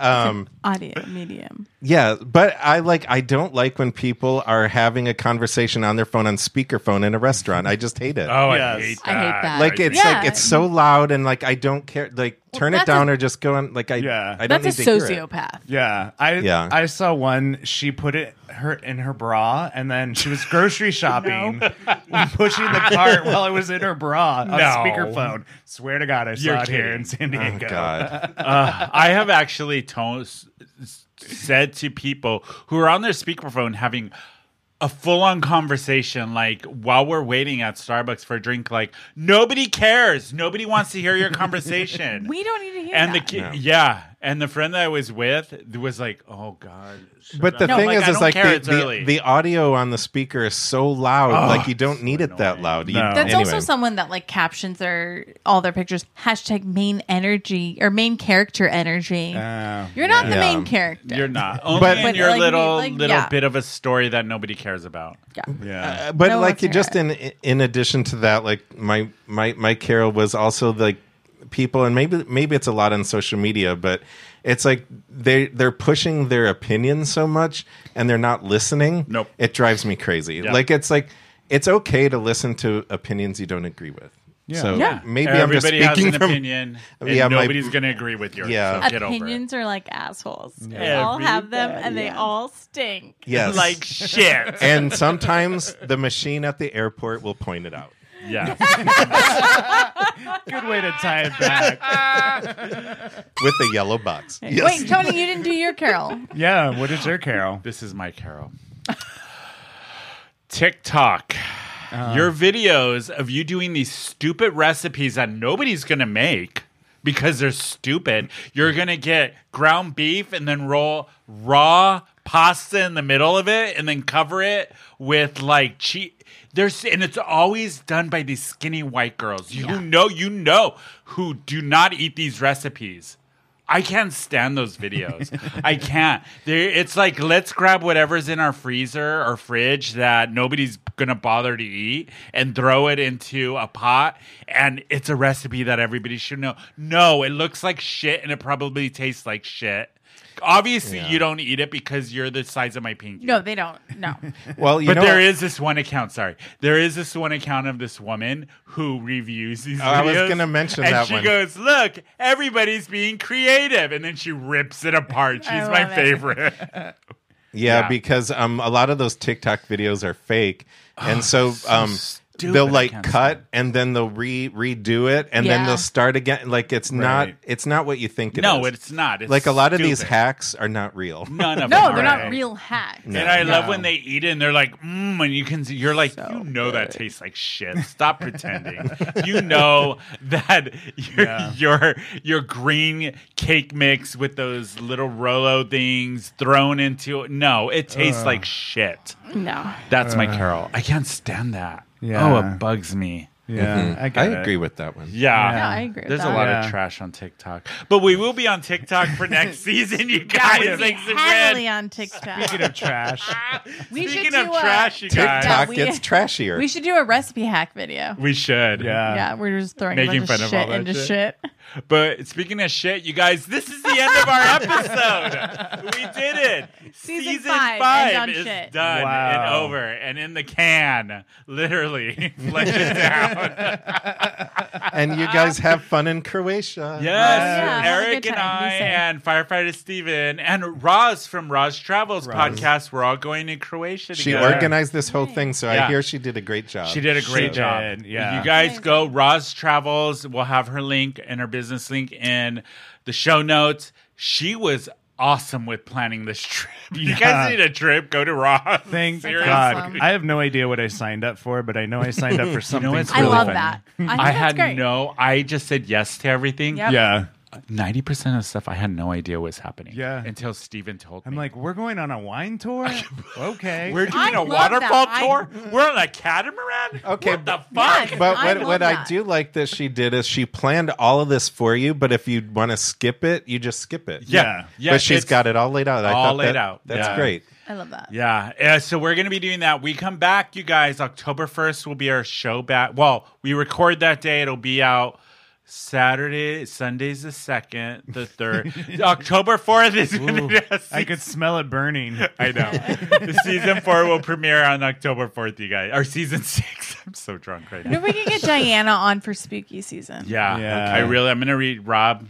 S4: Um,
S3: Audio medium.
S4: yeah, but I like I don't like when people are having a conversation on their phone on speakerphone in a restaurant. I just hate it.
S1: Oh, I
S2: Yes.
S1: hate
S3: I
S1: that.
S3: hate that.
S4: like it's
S3: Yeah.
S4: like it's so loud and like I don't care. Like turn it
S3: that's
S4: down
S3: a-
S4: or just go on. Like I
S2: Yeah.
S4: I don't
S3: That's a
S4: need to hear it.
S3: sociopath.
S2: Yeah. I
S4: Yeah.
S2: I saw one. She put it her in her bra, and then she was grocery shopping, pushing the cart while it was in her bra on
S1: No.
S2: speakerphone. Swear to God, I saw
S1: You're
S2: it here
S1: kidding.
S2: in San
S4: Oh
S2: Diego.
S4: God!
S1: I have actually to- s- s- said to people who are on their speakerphone having a full on conversation, like while we're waiting at Starbucks for a drink, like nobody cares. Nobody wants to hear your conversation.
S3: We don't need to hear
S1: and the
S3: that.
S1: ki- yeah. And the friend that I was with was like, "Oh God!" shut
S4: But
S1: up."
S4: the
S1: No,
S4: thing is,
S1: I
S4: is
S1: don't
S4: like
S1: care,
S4: the,
S1: it's
S4: the,
S1: early.
S4: the audio on the speaker is so loud, like you don't need it that loud. You-
S2: Oh, No.
S6: That's also
S4: anyway.
S6: someone that like captions their all their pictures. Hashtag main energy or main character energy.
S1: Oh,
S2: Uh,
S6: You're not the
S4: yeah.
S6: main character.
S1: You're not only
S4: But-
S1: in
S6: But,
S1: your
S6: like,
S1: little
S6: like,
S1: little
S6: yeah.
S1: bit of a story that nobody cares about.
S2: yeah.
S4: Uh, but
S6: No,
S4: like
S6: let's hear
S4: just
S6: it.
S4: in in addition to that like my my my carol was also like people and maybe maybe it's a lot on social media but it's like they they're pushing their opinion so much and they're not listening
S1: Nope.
S4: it drives me crazy
S1: Yeah.
S4: like it's like it's okay to listen to opinions you don't agree with
S2: Yeah.
S4: so
S1: Yeah.
S4: maybe
S1: everybody
S4: i'm just speaking
S1: has an
S4: from
S1: opinion, and
S4: Yeah, my-
S1: nobody's going to agree with yours.
S4: Yeah.
S1: so get over it.
S6: Opinions are like assholes. We all
S1: Everybody.
S6: have them, and they all stink.
S4: yes
S1: Like shit.
S4: and sometimes the machine at the airport will point it out
S1: yeah.
S2: Good way to tie it back.
S4: with the yellow box yes
S6: Wait, Tony, you didn't do your Carol.
S2: yeah. What is your Carol?
S1: This is my Carol. TikTok. Your videos of you doing these stupid recipes that nobody's going to make because they're stupid. You're going to get ground beef and then roll raw pasta in the middle of it and then cover it with like cheese. There's and it's always done by these skinny white girls. You know, you know who do not eat these recipes. I can't stand those videos. I can't. they it's like let's grab whatever's in our freezer or fridge that nobody's gonna bother to eat and throw it into a pot, and it's a recipe that everybody should know. No, it looks like shit, and it probably tastes like shit. Obviously, you don't eat it because you're the size of my pinky.
S6: No, they don't. No.
S4: well you
S1: But
S4: know
S1: there is this one account. Sorry, there is this one account of this woman who reviews these.
S4: I was
S1: videos,
S4: gonna mention
S1: and
S4: that
S1: she
S4: one.
S1: goes, "Look, everybody's being creative," and then she rips it apart. She's
S6: love
S1: my
S6: it.
S1: favorite.
S4: Yeah,
S1: Yeah.
S4: because um, a lot of those TikTok videos are fake, and so, um,
S1: stupid.
S4: they'll
S1: I
S4: like
S1: can't
S4: cut and then they'll re redo it, and then
S6: Yeah.
S4: they'll start again. Like it's not
S2: Right.
S4: it's not what you think it is.
S1: no, it's not. It's
S4: like a lot of these
S1: stupid. Mm,
S4: hacks are not real.
S1: None of
S6: No,
S1: them
S6: they're
S1: are.
S6: not real hacks.
S1: And I love when they eat it and they're like, mmm, and you can see, you're like,
S6: So
S1: you know that tastes like shit. Stop pretending. you know that your, your your green cake mix with those little Rolo things thrown into it. No, it tastes like shit.
S6: No.
S1: That's my Carol. I can't stand that.
S2: Yeah.
S1: Oh, it bugs me.
S2: Yeah. I,
S4: Mm-hmm. I
S2: get it.
S4: agree with that one.
S1: Yeah.
S2: Yeah,
S6: I agree with
S1: There's a
S6: that.
S1: lot
S2: Yeah.
S1: of trash on TikTok. But we will be on TikTok for next season, you guys.
S6: We'd be
S1: Like, Red.
S6: heavily on TikTok.
S2: Speaking of trash,
S6: We should
S1: Speaking
S6: do
S1: of
S6: a-
S1: trash, you guys.
S4: TikTok
S6: we-
S4: gets trashier.
S6: We should do a recipe hack video.
S1: We should.
S2: yeah.
S6: yeah, we're just throwing a
S1: making
S6: bunch
S1: fun
S6: of
S1: of all
S6: shit
S1: that
S6: into
S1: shit.
S6: shit.
S1: But speaking of shit, you guys, this is the end of our episode. we did it.
S6: Season five, and done
S1: is
S6: shit.
S1: done and
S2: Wow.
S1: over and in the can, literally. Flush it down.
S4: and you guys have fun in Croatia.
S1: yes,
S6: Oh, Yeah, have a
S1: Eric
S6: good
S1: and
S6: time. Be
S1: I
S6: safe.
S1: and firefighter Steven and Roz from Roz Travels podcast. We're all going to Croatia
S4: She
S1: together.
S4: organized this whole thing, so I
S1: Yeah.
S4: hear she did a great job.
S1: She did a great
S2: She
S1: job.
S2: did, yeah.
S1: If You guys go Roz Travels. We'll have her link and her business link in the show notes. She was awesome with planning this trip. You
S2: Yeah.
S1: guys need a trip? Go to Roz.
S2: Thank
S1: Seriously.
S2: God.
S6: awesome.
S2: I have no idea what I signed up for, but I know I signed up for something.
S1: what's
S6: I
S1: Really
S6: love
S1: funny.
S6: that. I, think
S1: I
S6: that's
S1: had
S6: great.
S1: no. I just said yes to everything.
S6: Yep.
S2: Yeah.
S1: Ninety percent of the stuff I had no idea was happening.
S2: Yeah.
S1: Until Steven told
S2: I'm
S1: me.
S2: like, we're going on a wine tour? okay.
S1: we're
S6: I
S1: doing a
S6: love that.
S1: waterfall
S6: I-
S1: tour. We're on a catamaran.
S4: Okay,
S1: What the
S6: Yeah.
S1: fuck?
S4: But
S6: I
S4: what,
S6: love
S4: what I
S6: that.
S4: do like that she did is she planned all of this for you, but if you want to skip it, you just skip it.
S2: Yeah.
S1: Yeah. yeah.
S4: but she's
S1: it's-
S4: got it all laid out. I
S1: all
S4: thought
S1: laid
S4: that-
S1: out.
S4: That's
S1: Yeah.
S4: great.
S6: I love that.
S1: Yeah. Uh, so we're going to be doing that. We come back, you guys. October 1st will be our show back. Well, we record that day. It'll be out Saturday, Sunday's the 2nd, the 3rd. October 4th is yes.
S2: I could smell it burning.
S1: I know. season 4 will premiere on October 4th, you guys. Or season 6. I'm so drunk right now.
S6: Maybe we can get Diana on for spooky season.
S1: Yeah.
S2: Yeah.
S1: I really, I'm going to read Rob,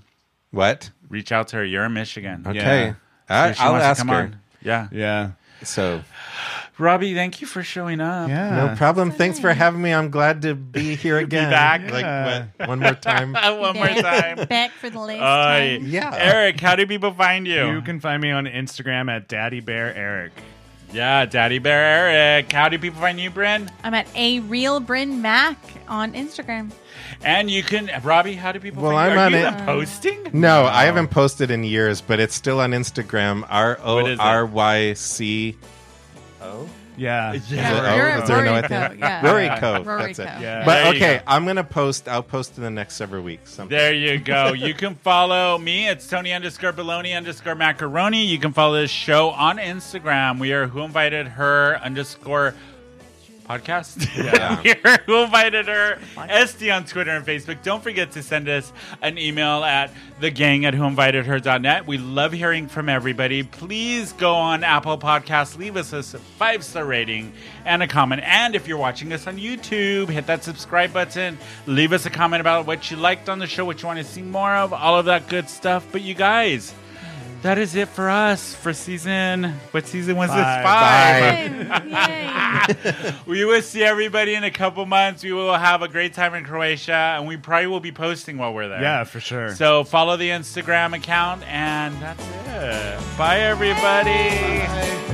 S4: What?
S1: reach out to her. You're in Michigan.
S4: Okay.
S2: Yeah.
S4: I,
S1: If she
S4: I'll
S1: wants to
S4: ask
S1: come
S4: her.
S1: on. Yeah.
S2: Yeah.
S4: So,
S1: Robbie, thank you for showing up.
S2: Yeah.
S4: no problem. Thanks for having me. I'm glad to be here again.
S1: back.
S4: Like,
S2: Yeah.
S4: what, one more time.
S1: Uh, One more time.
S6: Back for the last
S1: Uh,
S6: time.
S4: Yeah.
S1: Eric, how do people find you?
S2: You can find me on Instagram at Daddy Bear Eric.
S1: Yeah, Daddy Bear Eric. How do people find you, Bryn?
S6: I'm at a real Bryn Mac on Instagram.
S1: And you can, Robbie. How do people?
S4: Well,
S1: find you?
S4: I'm
S1: Are
S4: on
S1: you
S4: it-
S1: the posting.
S4: No, I haven't posted in years, but it's still on Instagram. R
S1: What
S4: O
S1: is it?
S4: R Y C O.
S2: Yeah.
S4: Is it
S1: Yeah.
S4: O?
S6: You're at
S4: Is there no
S6: Rory
S4: at the
S6: Co,
S4: end?
S6: yeah.
S4: Rory Co.
S6: Rory
S4: Oh, That's it.
S6: Co.
S2: Yeah.
S1: There
S4: But
S1: you
S4: okay,
S1: go.
S4: I'm gonna post. I'll post in the next several weeks. Something.
S1: There you go. You can follow me. It's Tony underscore baloney underscore macaroni. You can follow this show on Instagram. We are who invited her underscore podcast.
S4: Yeah.
S1: we are who invited her SD on Twitter and Facebook. Don't forget to send us an email at the gang at whoinvitedher.net. We love hearing from everybody. Please go on Apple Podcasts, leave us a five star rating and a comment. And if you're watching us on YouTube, hit that subscribe button. Leave us a comment about what you liked on the show, what you want to see more of, all of that good stuff. But you guys, that is it for us for season. What season was this?
S2: Five.
S1: Five.
S6: Yay.
S1: We will see everybody in a couple months. We will have a great time in Croatia, and we probably will be posting while we're there.
S2: Yeah, for sure.
S1: So follow the Instagram account, and that's it. Bye, everybody.
S4: Bye.